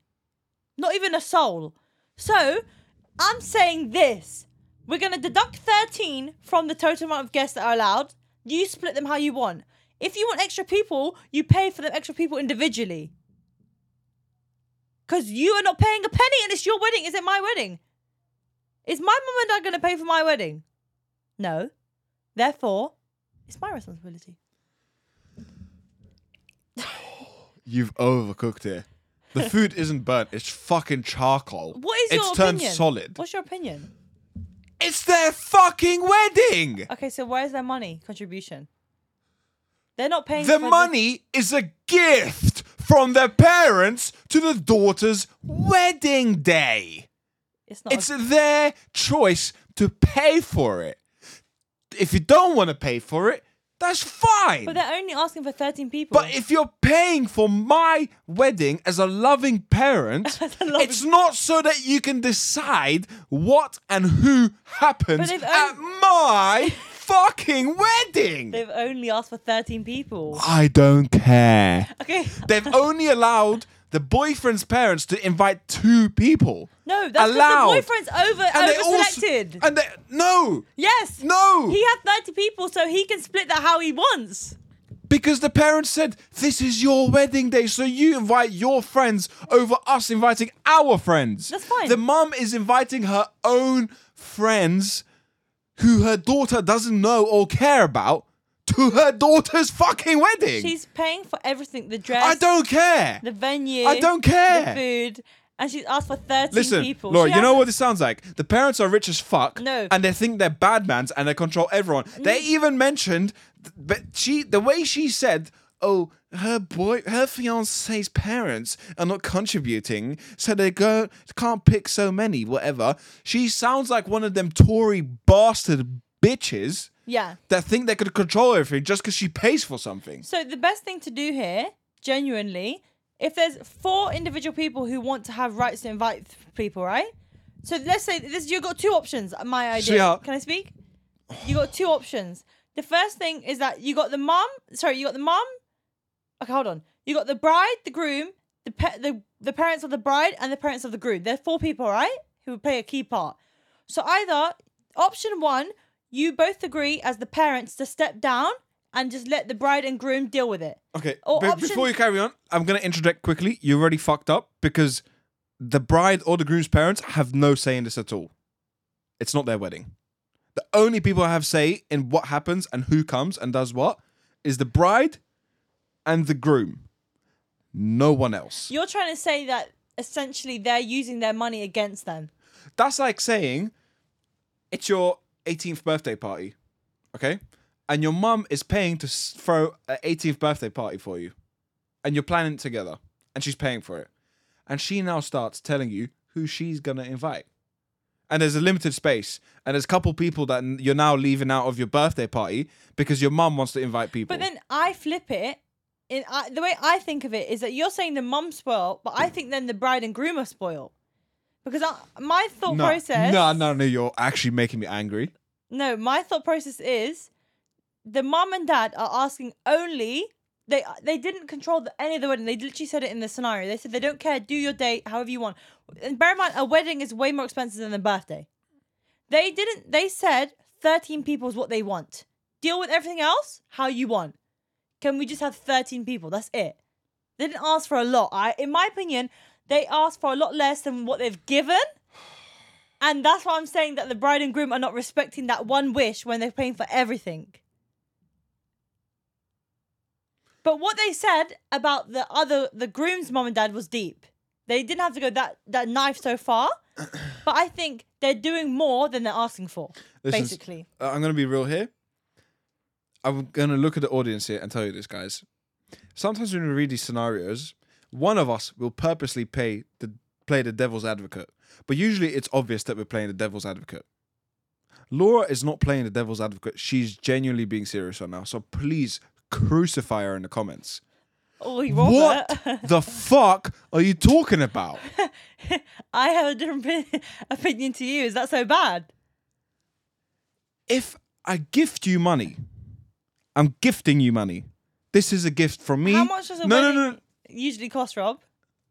Not even a soul. So, I'm saying this. We're going to deduct 13 from the total amount of guests that are allowed. You split them how you want. If you want extra people, you pay for the extra people individually. Because you are not paying a penny and it's your wedding. Is it my wedding? Is my mum and dad going to pay for my wedding? No. Therefore, it's my responsibility.
You've overcooked it. The food isn't burnt. It's fucking charcoal.
What is
it's
your
turned
opinion?
solid.
What's your opinion?
It's their fucking wedding.
Okay, so where's their money contribution? They're not paying
The
for
money is a gift from their parents to the daughter's wedding day.
It's not. a-
It's their choice to pay for it. If you don't want to pay for it, that's fine.
but they're only asking for 13 people.
But if you're paying for my wedding as a loving parent,
a loving-
it's not so that you can decide what and who happens
they've
at my fucking wedding.
They've only asked for 13 people.
I don't care.
Okay.
They've only allowed the boyfriend's parents to invite two people.
No, that's
Allowed.
because the boyfriend's over
And they
over
also-
selected.
And they no,
yes.
no.
He had 30 people, so he can split that how he wants.
Because the parents said, This is your wedding day, so you invite your friends over us inviting our friends.
That's fine.
The mum is inviting her own friends who her daughter doesn't know or care about to her daughter's fucking wedding.
She's paying for everything the dress,
I don't care.
the venue,
I don't care.
the food, and she's asked for 13
Listen,
people.
Laura,
She
you know
has-
what this sounds like? The parents are rich as fuck,
No. Mm.
and they think they're bad mans and they control everyone. They even mentioned, but she, the way she said, "Oh, her boy, her fiance's parents are not contributing, so they go can't pick so many, whatever." She sounds like one of them Tory bastard bitches
Yeah.
that think they could control everything just because she pays for something.
So the best thing to do here, genuinely, if there's four individual people who want to have rights to invite people, right? So let's say this, you've got two options. uh, My idea.
Sweetheart.
Can I speak? you got two options. The first thing is that you got the mom. Sorry, you got the mom. Okay, hold on. You got the bride, the groom, the pe- the the parents of the bride, and the parents of the groom. There's four people, right? Who would play a key part. So either option one, you both agree as the parents to step down and just let the bride and groom deal with it.
Okay.
Or
be-
option-
Before you carry on, I'm gonna interject quickly. You already fucked up because the bride or the groom's parents have no say in this at all. It's not their wedding. The only people who have say in what happens and who comes and does what is the bride and the groom. No one else.
You're trying to say that essentially they're using their money against them.
That's like saying it's your 18th birthday party, okay? And your mum is paying to s- throw an 18th birthday party for you. And you're planning it together. And she's paying for it. And she now starts telling you who she's going to invite. And there's a limited space. And there's a couple people that n- you're now leaving out of your birthday party because your mum wants to invite people.
But then I flip it. In I, the way I think of it is that you're saying the mum spoil, but I think then the bride and groom are spoiled. Because I, my thought
no,
process,
no, no, no, you're actually making me angry.
no, my thought process is the mum and dad are asking only they they didn't control the, any of the wedding. They literally said it in the scenario. They said they don't care. Do your day however you want. And bear in mind, a wedding is way more expensive than a birthday. They didn't. They said thirteen people is what they want. Deal with everything else how you want. Can we just have thirteen people? That's it. They didn't ask for a lot. I, in my opinion, they asked for a lot less than what they've given. And that's why I'm saying that the bride and groom are not respecting that one wish when they're paying for everything. But what they said about the other the groom's mom and dad was deep. They didn't have to go that that knife so far. but I think they're doing more than they're asking for.
Listen,
basically.
uh, I'm going to be real here. I'm going to look at the audience here and tell you this, guys. Sometimes when we read these scenarios, one of us will purposely pay the, play the devil's advocate, but usually it's obvious that we're playing the devil's advocate. Laura is not playing the devil's advocate. She's genuinely being serious right now. So please crucify her in the comments.
Oh, Robert.
What the fuck are you talking about?
I have a different opi- opinion to you. Is that so bad?
If I gift you money, I'm gifting you money. This is a gift from me.
How much does a
no,
wedding
no, no.
usually cost, Rob?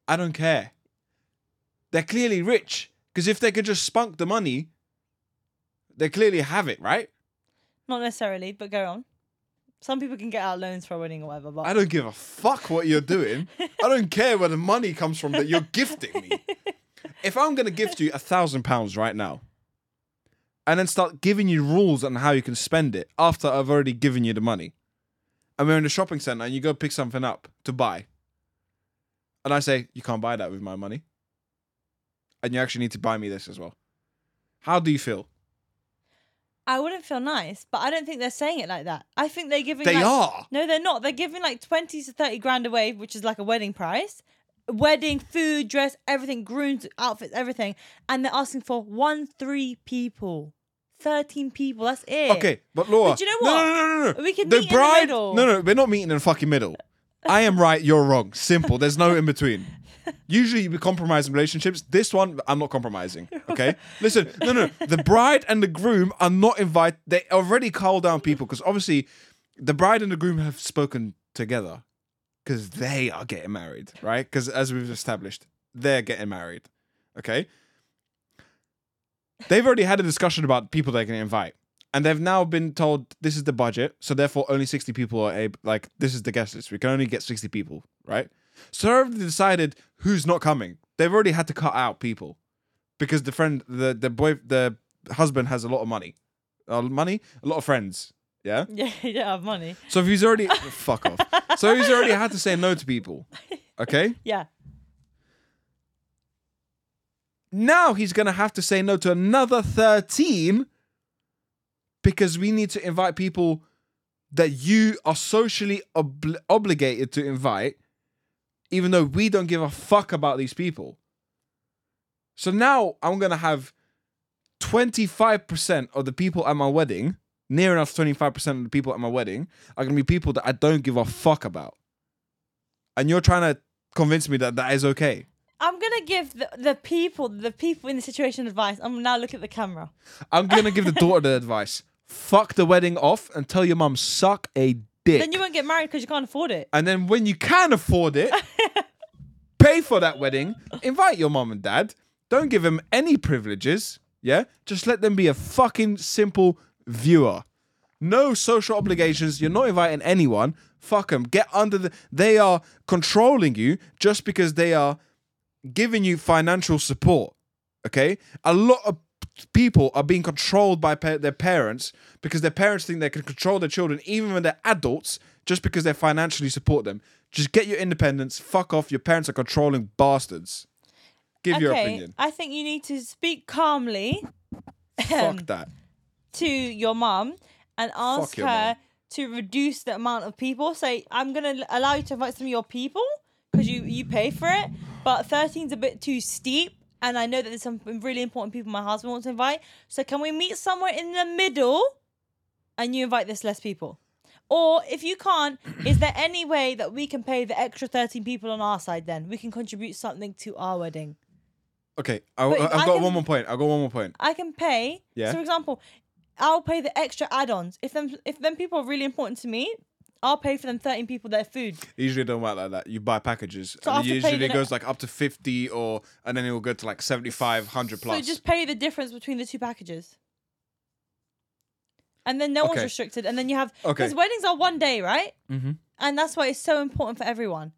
I don't care. They're clearly rich because if they could just spunk the money, they clearly have it, right?
Not necessarily, but go on. Some people can get out loans for a wedding or whatever, but
I don't give a fuck what you're doing. I don't care where the money comes from that you're gifting me. If I'm going to gift you a thousand pounds right now and then start giving you rules on how you can spend it after I've already given you the money and we're in the shopping center and you go pick something up to buy and I say, you can't buy that with my money and you actually need to buy me this as well. How do you feel?
I wouldn't feel nice, but I don't think they're saying it like that. I think they're giving.
They
like-
are.
No, they're not. They're giving like twenty to thirty grand away, which is like a wedding price. Wedding food, dress, everything, grooms, outfits, everything, and they're asking for one three people, thirteen people. That's it.
Okay, but Laura,
But you know
no,
what?
No, no, no, no.
We can
the
meet in the
bride,
middle.
No, no, we're not meeting in the fucking middle. I am right, you're wrong. Simple. There's no in between. Usually we compromise in relationships. This one, I'm not compromising. Okay, listen. No, no. The bride and the groom are not invited. They already call down people because obviously, the bride and the groom have spoken together because they are getting married, right? Because as we've established, they're getting married. Okay. They've already had a discussion about people they can invite, and they've now been told this is the budget, so therefore only sixty people are able. Like this is the guest list. We can only get sixty people, right? So they've already decided who's not coming. They've already had to cut out people because the friend, the the boy, the husband has a lot of money, uh, money, a lot of friends. Yeah.
Yeah, you don't have money.
So if he's already fuck off. So he's already had to say no to people. Okay?
Yeah.
Now he's gonna have to say no to another 13 because we need to invite people that you are socially obli obligated to invite, even though we don't give a fuck about these people. So now I'm gonna have 25% of the people at my wedding, near enough 25% of the people at my wedding, are gonna be people that I don't give a fuck about. And you're trying to convince me that that is okay.
I'm gonna give the, the people, the people in the situation advice. I'm now look at the camera.
I'm gonna give the daughter the advice. fuck the wedding off, and tell your mum suck a dick.
Then you won't get married because you can't afford it.
and then when you can afford it, pay for that wedding. Invite your mum and dad. Don't give them any privileges. Yeah, just let them be a fucking simple viewer. No social obligations. You're not inviting anyone. Fuck them. Get under the. They are controlling you just because they are giving you financial support. Okay, a lot of people are being controlled by pa- their parents because their parents think they can control their children even when they're adults just because they financially support them. Just get your independence. Fuck off. Your parents are controlling bastards. Give your opinion.
I think you need to speak calmly
Fuck that.
to your mum and ask
Fuck your
her
mum.
to reduce the amount of people. So I'm gonna l- allow you to invite some of your people because you you pay for it, but 13's a bit too steep. And I know that there's some really important people my husband wants to invite. So can we meet somewhere in the middle, and you invite this less people? Or if you can't, is there any way that we can pay the extra 13 people on our side then? We can contribute something to our wedding.
Okay, I,
But
I- I've
I
got
can-
one more point. I've got one more point.
I can pay.
Yeah.
So for example, I'll pay the extra add-ons. If them if them people are really important to me, I'll pay for them 13 people their food.
Usually it don't work like that. You buy packages,
So
and
after
usually
paying
it
it-
goes like up to fifty, or and then it will go to like 75, 100 plus.
So just pay the difference between the two packages. And then no one's
Okay.
restricted. And then you have
Okay.
because weddings are one day, right?
mm-hmm.
And that's why it's so important for everyone.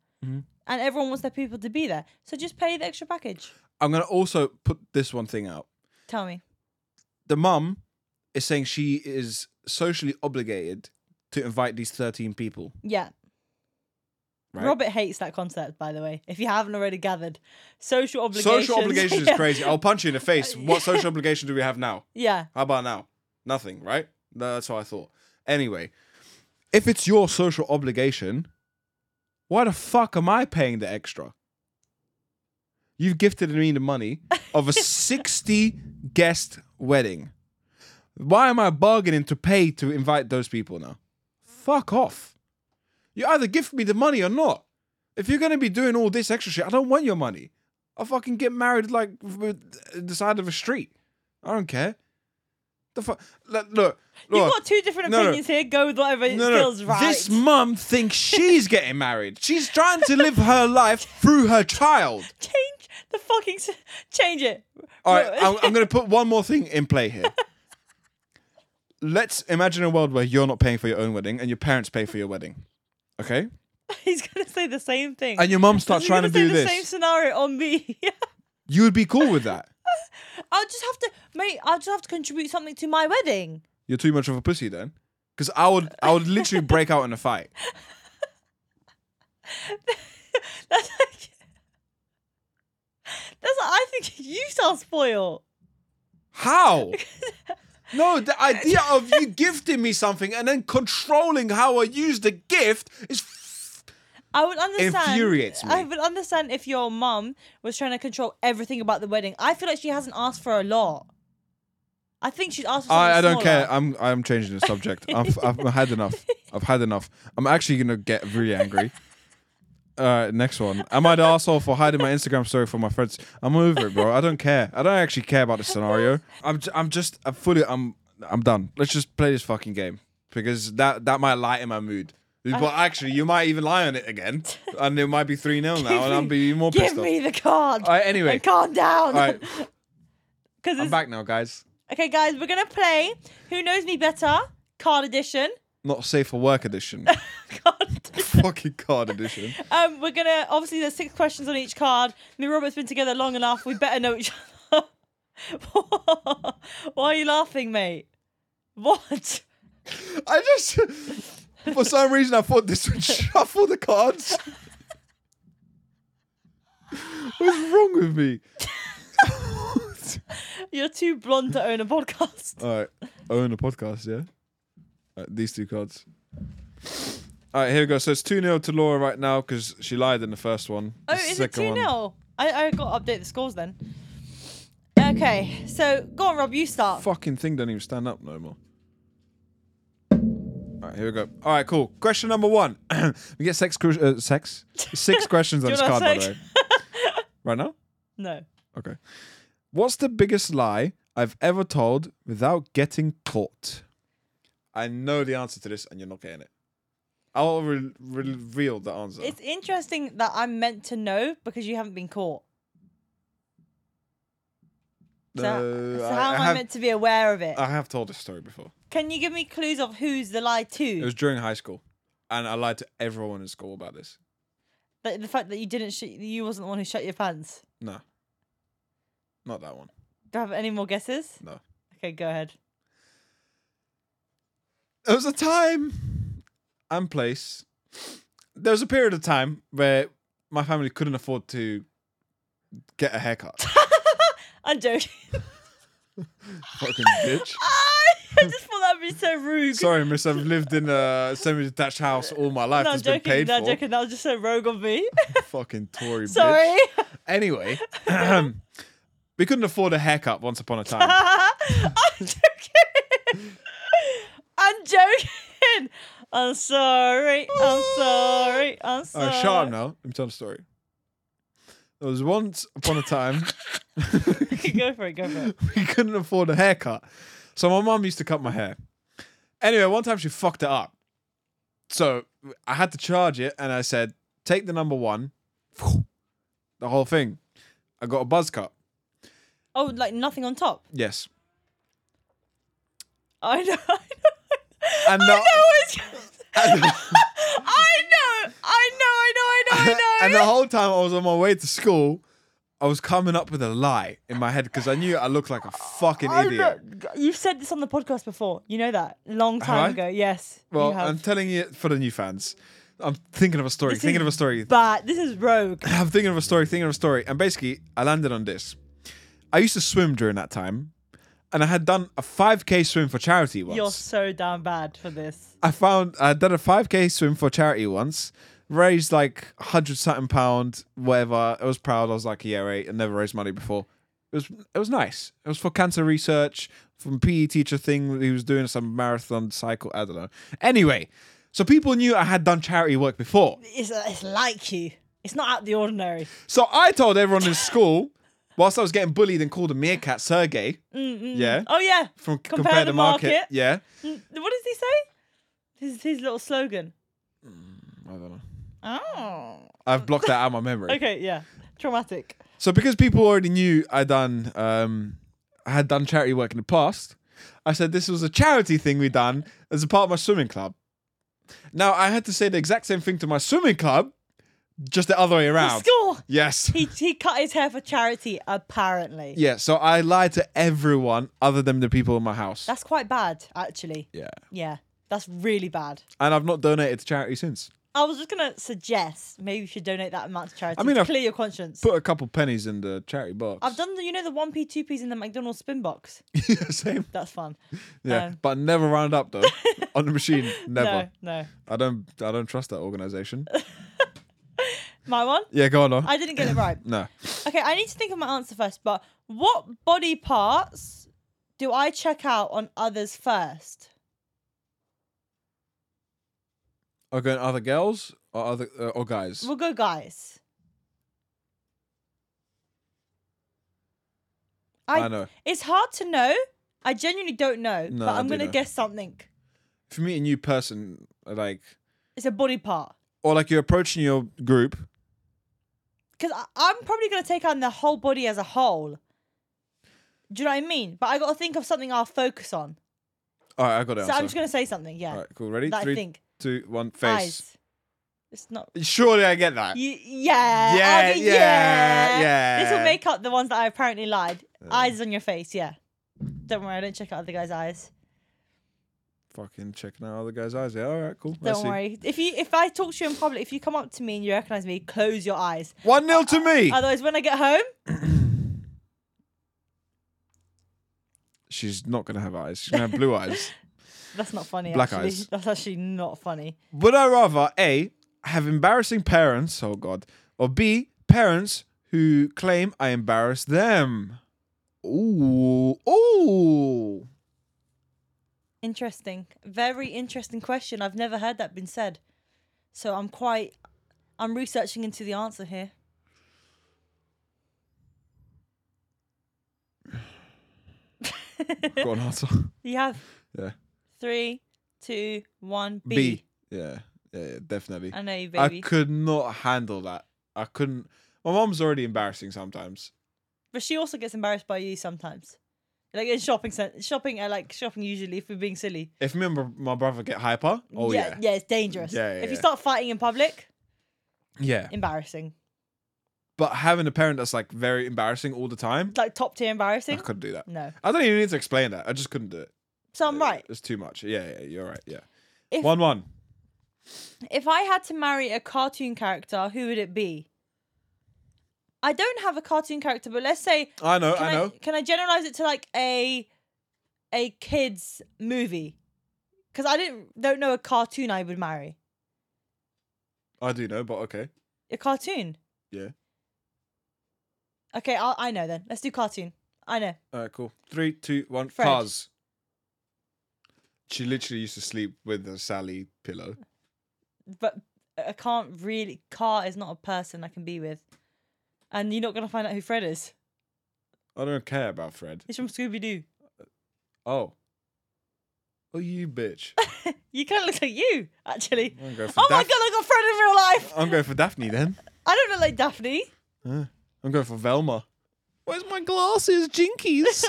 And everyone wants their people to be there. So just pay the extra package.
I'm gonna also put this one thing out.
Tell me.
the mum is saying she is socially obligated to invite these 13 people.
Yeah.
Right.
Robert hates that concept, by the way. If you haven't already gathered, social obligation.
Social obligation is crazy. I'll punch you in the face. What social obligation do we have now?
yeah.
How about now? Nothing, right? No, That's what I thought. Anyway, if it's your social obligation, why the fuck am I paying the extra? You've gifted me the money of a 60 guest wedding. Why am I bargaining to pay to invite those people now? Fuck off. You either gift me the money or not. If you're going to be doing all this extra shit, I don't want your money. I'll fucking get married like with uh, the side of a street. I don't care. The fuck? Look, look.
You've got two different
no, no.
opinions here. Go with whatever
No, no.
feels right.
This mum thinks she's getting married. She's trying to live her life through her child.
change the fucking s- change it.
All right,
No.
I'm, I'm going to put one more thing in play here. Let's imagine a world where you're not paying for your own wedding and your parents pay for your wedding. Okay?
He's gonna say the same thing.
And your mum starts
He's
trying to
gonna
do
say the same
this.
scenario on me.
You would be cool with that.
I'll just have to, mate. I'll just have to contribute something to my wedding.
You're too much of a pussy then. Because I would, I would literally break out in a fight.
That's like, that's like, I think you sound spoiled.
How? No, the idea of you gifting me something and then controlling how I use the gift is
I would understand.
Infuriates me.
I would understand if your mum was trying to control everything about the wedding. I feel like she hasn't asked for a lot. I think she's asked for something
I, I don't
smaller.
care. I'm I'm changing the subject. I've, I've had enough. I've had enough. I'm actually gonna get really angry. Uh, next one. Am I the asshole for hiding my Instagram story from my friends? I'm over it, bro. I don't care. I don't actually care about the scenario. I'm j- I'm just I'm fully I'm I'm done. Let's just play this fucking game because that that might lighten my mood.
Uh,
But actually, you might even lie on it again, and it might be three 0 now, and I'm
me-
be even more
Give
pissed off.
me the card.
All right. Anyway.
and calm down.
All right.
Because
I'm back now, guys.
okay, guys, we're gonna play Who Knows Me Better Card Edition.
Not safe for work edition.
Card.
fucking card edition.
Um, we're gonna obviously there's six questions on each card. Me and Robert's been together long enough. We better know each other. Why are you laughing, mate? What?
I just, for some reason, I thought this would shuffle the cards. What's wrong with me?
You're too blonde to own a podcast.
All right, own a podcast, yeah. All right, these two cards. All right, here we go. So it's two 0 to Laura right now because she lied in the first one.
Oh,
The
is it
second
two
one-
0 I I got to update the scores then. Okay, so go on, Rob. You start.
Fucking thing don't even stand up no more. All right, here we go. All right, cool. Question number one. we get sex, cru- uh, sex, six questions on
Do you
this card,
want
by the way.
sex?
Right now.
No.
Okay. What's the biggest lie I've ever told without getting caught? I know the answer to this, and you're not getting it. I'll re- re- reveal the answer.
It's interesting that I'm meant to know because you haven't been caught. So,
No,
so
I-
how
I
am I
have- Uh,
meant to be aware of it?
I have told this story before.
Can you give me clues of who's the lie
It
to?
was during high school, and I lied to everyone in school about this.
The, the fact that you didn't, sh- you wasn't the one who shut your pants.
No, not that one.
Do I have any more guesses?
No,
Okay, go ahead.
there was a time and place. There was a period of time where my family couldn't afford to get a haircut.
I'm joking.
Fucking bitch.
I just thought that'd be so rude.
Sorry, miss. I've lived in a semi-detached house all my life.
no, I'm
it's been
joking.
paid
No, I'm
for.
joking. That was just so rogue of me.
Fucking Tory bitch.
Sorry.
Anyway, we couldn't afford a haircut once upon a time.
I'm joking. I'm joking. I'm sorry. I'm sorry. I'm
Oh,
sorry.
shut up now. Let me tell the story. There was once upon a time
go for it. Go for it.
we couldn't afford a haircut, so my mum used to cut my hair. Anyway, one time she fucked it up, so I had to charge it, and I said, "Take the number one, the whole thing." I got a buzz cut.
Oh, like nothing on top.
Yes,
I know. Oh
and the,
I know. I know. I know. I know. I know. I
and
know.
the whole time I was on my way to school, I was coming up with a lie in my head because I knew I looked like a fucking
I
idiot.
know. You've said this on the podcast before. You know that long time
I?
ago. Yes.
Well,
you have.
I'm telling you for the new fans. I'm thinking of a story,
This
thinking
is
of a story.
But this is rogue.
I'm thinking of a story, thinking of a story. And basically, I landed on this. I used to swim during that time, and I had done a 5K swim for charity once.
You're so damn bad for this.
I found I did a 5K swim for charity once, raised like 100 something pound, whatever. I was proud. I was like, yeah, right. I never raised money before. It was it was nice. It was for cancer research from PE teacher thing. He was doing some marathon cycle. I don't know. Anyway, so people knew I had done charity work before.
It's, uh, it's like you. It's not out of the ordinary.
So I told everyone in school, whilst I was getting bullied and called a meerkat, Sergey. Yeah.
Oh yeah.
From
Compare
compare
the
the market.
market.
Yeah.
Mm, What does he say? His his little slogan.
I don't know.
Oh.
I've blocked that out of my memory.
Okay. Yeah. Traumatic.
So because people already knew I done um I had done charity work in the past, I said this was a charity thing we done as a part of my swimming club. Now I had to say the exact same thing to my swimming club, just the other way around.
Score.
Yes.
He he cut his hair for charity. Apparently.
Yeah, so I lied to everyone other than the people in my house.
That's quite bad, actually.
yeah.
Yeah. That's really bad.
And I've not donated to charity since.
I was just gonna suggest maybe you should donate that amount to charity.
I mean,
to
I've
clear your conscience.
Put a couple pennies in the charity box.
I've done the you know the one p two p's in the McDonald's spin box.
Yeah, same.
That's fun.
Yeah.
Um,
but never round up though. On the machine, never.
No, no.
I don't I don't trust that organization.
My one.
Yeah, go on. on.
I didn't get it right.
no.
Okay, I need to think of my answer first, but what body parts do I check out on others first?
Are going other girls or other uh, or guys?
We'll go guys.
I, know.
It's hard to know. I genuinely don't know,
No,
but
I
I'm
do
going to
know.
guess something.
If you meet a new person, like
It's a body part.
or like you're approaching your group,
Because I'm probably going to take on the whole body as a whole. Do you know what I mean? But I got to think of something I'll focus on.
all right, I got it.
So I'm just going to say something, yeah.
All right, cool. Ready?
That I
Three,
think.
two, one. Face.
Eyes. It's not.
Surely I get that.
Y- yeah.
Yeah,
I'll do-
yeah, yeah.
This will make up the ones that I apparently lied. Eyes on your face, yeah. Don't worry, I don't check out other guys' eyes.
Fucking checking out other guys' eyes. Yeah. All right, cool.
Don't worry. If you if I talk to you in public, if you come up to me and you recognize me, close your eyes.
One nil
Uh,
to me.
Otherwise, when I get home,
She's not gonna have eyes. She's gonna have blue eyes.
that's not funny.
Black
actually.
eyes.
That's actually not funny.
Would I rather a have embarrassing parents? Oh God. Or b parents who claim I embarrass them. Ooh. Ooh.
Interesting. Very interesting question. I've never heard that been said. So I'm quite I'm researching into the answer here.
Got an answer.
You have
Yeah.
three, two, one, B.
B. Yeah, yeah, yeah, definitely.
I know you,
I
baby.
could not handle that. I couldn't. My mom's already embarrassing sometimes.
but she also gets embarrassed by you sometimes. Like in shopping cent- shopping I like shopping usually if we're being silly.
If me and my- my brother get hyper, oh
yeah,
yeah,
yeah, it's dangerous.
Yeah, yeah,
if you
yeah.
start fighting in public,
yeah.
embarrassing.
But having a parent that's like very embarrassing all the time,
Like top tier
I
embarrassing.
couldn't do that.
No.
I don't even need to explain that. I just couldn't do it.
So I'm right.
It's too much. Yeah, yeah, you're right. Yeah.
If-
one one.
If I had to marry a cartoon character, who would it be? I don't have a cartoon character, but let's say
I know.
can
I know.
can I generalize it to like a a kids movie? Because I didn't don't know a cartoon I would marry.
I do know, but okay.
A cartoon.
Yeah.
Okay, I'll, I know then. Let's do cartoon. I know.
All right, cool. Three, two, one.
Fred.
Cars. She literally used to sleep with a Sally pillow.
but I can't really. Car is not a person I can be with, and you're not gonna find out who Fred is.
I don't care about Fred.
He's from Scooby Doo.
Oh. Oh, you bitch.
You kind of look like you, actually.
I'm going for
Oh my
Daph-
god, I got Fred in real life.
I'm going for Daphne then.
I don't look like Daphne.
Huh. I'm going for Velma. Where's my glasses, Jinkies?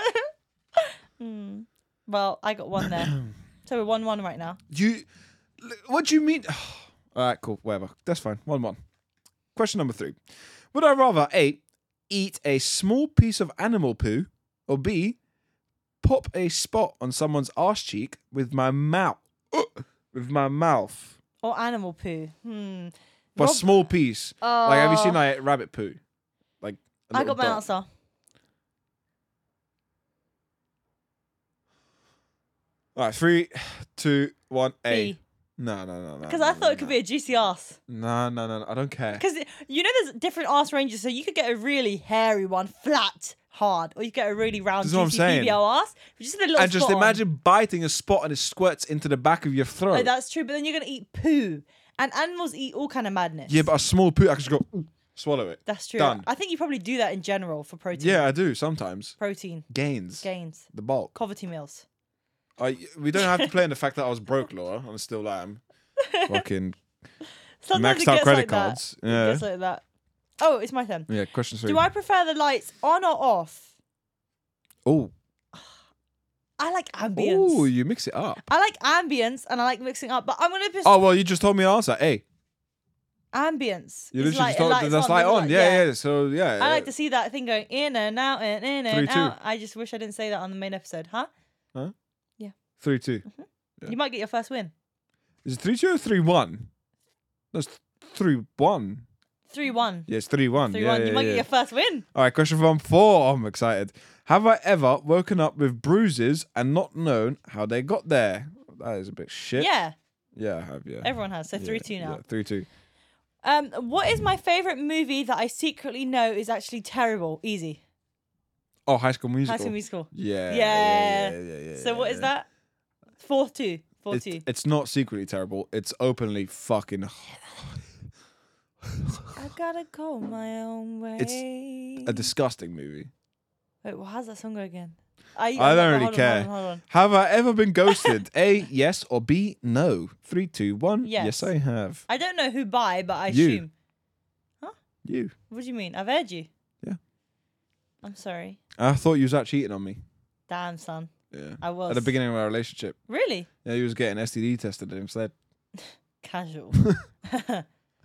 Well, I got one there. so we're one one right now.
you. l- What do you mean? All right, cool. Whatever. That's fine. One one. Question number three: Would I rather a eat a small piece of animal poo, or b pop a spot on someone's arse cheek with my mouth? With my mouth,
Or animal poo. Hmm.
but
Rob-
small piece. like, have you seen
Oh.
like rabbit poo? Like a
I
little
got my
dot.
answer.
All right, three, two, one. A.
B.
No, no, no, no.
Because I thought it could be a juicy ass.
No, no, no, no. I don't care.
Because you know, there's different ass ranges, so you could get a really hairy one, flat, hard, or you get a really round,
That's
juicy
what I'm saying.
BBL ass. which is a little
And just
spot on.
imagine biting a spot and it squirts into the back of your
No,
throat.
that's true, but then you're gonna eat poo, and animals eat all kind of madness.
yeah, but a small poo, I could just go "Ooh," swallow it.
that's true.
Done.
I think you probably do that in general for protein.
yeah, I do sometimes.
protein
Gains.
gains,
The bulk.
poverty meals.
I, we don't have to play on the fact that I was broke, Laura. and I still am. Fucking
Sometimes
maxed
it
out
gets
credit
like
cards.
That. It
Yeah.
gets like that. Oh, it's my turn.
yeah, question three.
Do I prefer the lights on or off?
Oh,
I like ambience.
Ooh, you mix it up.
I like ambience, and I like mixing up. But I'm gonna just
Oh, well, you just told me your answer. Hey,
ambience.
you
is
literally
light-
just told
light's
that's light
then
on. Yeah, yeah, So, yeah.
I like
uh,
to see that thing going in and out and in and
Three, two.
out. I just wish I didn't say that on the main episode, huh?
Three, two. Yeah.
You might get your first win.
Is it three, two or three, one? That's three, one.
Three one.
Yes, three, one.
Three
yeah,
one.
yeah,
you might
yeah.
get your first win.
All right, question from four. Oh, I'm excited. Have I ever woken up with bruises and not known how they got there? That is a bit shit.
Yeah,
Yeah, I have. Yeah.
everyone has. So three two now.
Yeah, three, two.
Um, what is my favorite movie that I secretly know is actually terrible? Easy.
Oh, High School Musical.
High School Musical.
Yeah.
Yeah.
Yeah. yeah, yeah,
So what is
yeah.
that? Four two. Four
It's,
two.
it's not secretly terrible. It's openly fucking.
I gotta go my own way.
It's a disgusting movie.
Wait, well, how's that song go again? I,
I don't really
hold
care.
On, hold on, hold on.
Have I ever been ghosted? A yes or B no. Three, two, one.
Yes.
yes I have.
I don't know who by, but I
You.
assume.
You.
What do you mean? I've heard you.
Yeah.
I'm sorry.
I thought you was actually cheating on me.
Damn, son.
Yeah.
I was.
At the beginning of our relationship.
Really?
Yeah, he was getting STD tested instead.
Casual.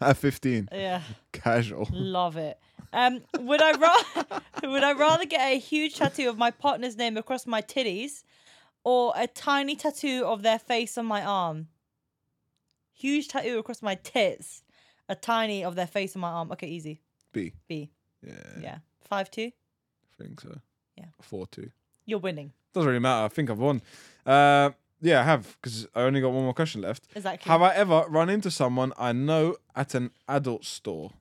At 15.
yeah.
Casual.
Love it. Um, would I rather would I rather get a huge tattoo of my partner's name across my titties, or a tiny tattoo of their face on my arm? Huge tattoo across my tits, a tiny of their face on my arm. Okay, easy.
B.
B.
Yeah,
Yeah, five two.
I think so.
Yeah.
4 2.
You're winning.
Doesn't really matter. I think I've won. Uh, yeah, I have, because I only got one more question left.
Exactly.
Have I ever run into someone I know at an adult store?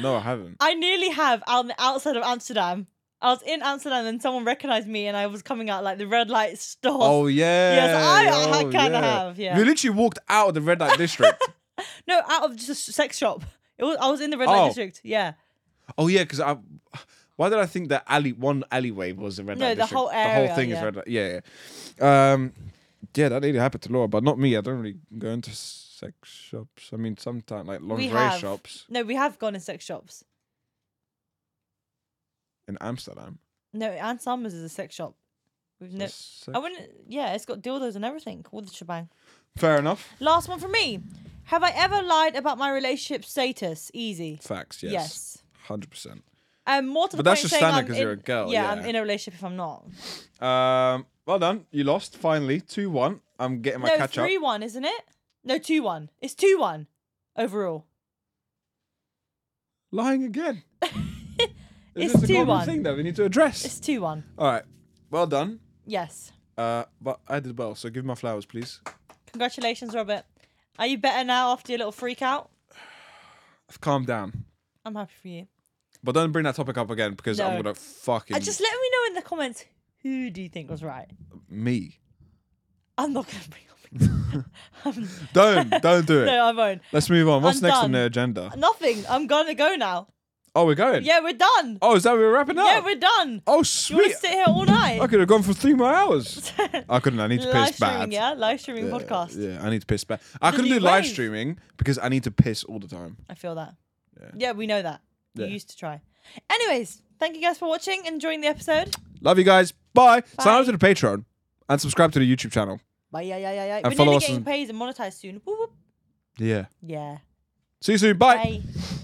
No, I haven't.
I nearly have out outside of Amsterdam. I was in Amsterdam and someone recognized me, and I was coming out like the red light store.
Oh, yeah.
Yes, I- I
oh,
kinda have, yeah.
You literally walked out of the red light district.
No, out of just a sex shop. It was, I was in the red light
Oh.
district. Yeah.
oh, yeah, because I. Why did I think that alley one alleyway was the red
No,
light
the
district?
whole
The
area,
whole thing
yeah.
is red light. Yeah, yeah. Um, yeah, that really happened to Laura, but not me. I don't really go into sex shops. I mean, sometimes like lingerie
have.
shops
No, we have gone in sex shops.
in Amsterdam.
No, Ann Summers is a sex shop. We've no. Oh,
That's
I
sex-
wouldn't. Yeah, it's got dildos and everything. All the shebang.
Fair enough.
Last one for me. Have I ever lied about my relationship status? Easy.
Facts.
Yes.
Yes. Hundred percent.
Um, more to the
But that's
point,
just
saying
standard
I'm
'cause you're
in-
a girl,
Yeah,
yeah.
I'm in a relationship if I'm not.
Um. Well done. You lost finally. Two one. I'm getting my
no,
catch up.
three one, isn't it? No, two one. It's two one overall.
Lying again.
It's
this a
2-1.
common thing that we need to address?
It's two one.
All right. Well done.
Yes.
Uh. But I did well. So give me my flowers, please.
Congratulations, Robert. Are you better now after your little freak out?
I've calmed down.
I'm happy for you.
But don't bring that topic up again because I'm
No.
gonna fucking
Uh, just let me know in the comments who do you think was right.
me.
I'm not gonna bring up. I'm-
Don't don't do it.
no, I won't.
Let's move on. What's
I'm
next on
done.
the agenda?
Nothing. I'm gonna go now.
Oh, we're going.
Yeah, we're done.
Oh, is that we're wrapping up?
Yeah, we're done.
oh,
You want
sweet.
to sit here all night?
I could have gone for three more hours. I couldn't. I need to
Live
piss
streaming,
bad.
yeah. Live streaming
Yeah,
podcast.
Yeah, I need to piss bad. I couldn't
you
do live
wave?
streaming because I need to piss all the time.
I feel that.
Yeah.
Yeah, we know that.
Yeah.
You used to try. Anyways, thank you guys for watching, enjoying the episode.
Love you guys. Bye. Sign
Bye.
up to the Patreon and subscribe to the YouTube channel.
Bye, yeah, yeah, yeah, yeah. We're
follow
nearly
us
getting
on-
paid and monetized soon. Whoop, whoop.
Yeah.
Yeah.
See you soon. Bye.
Bye.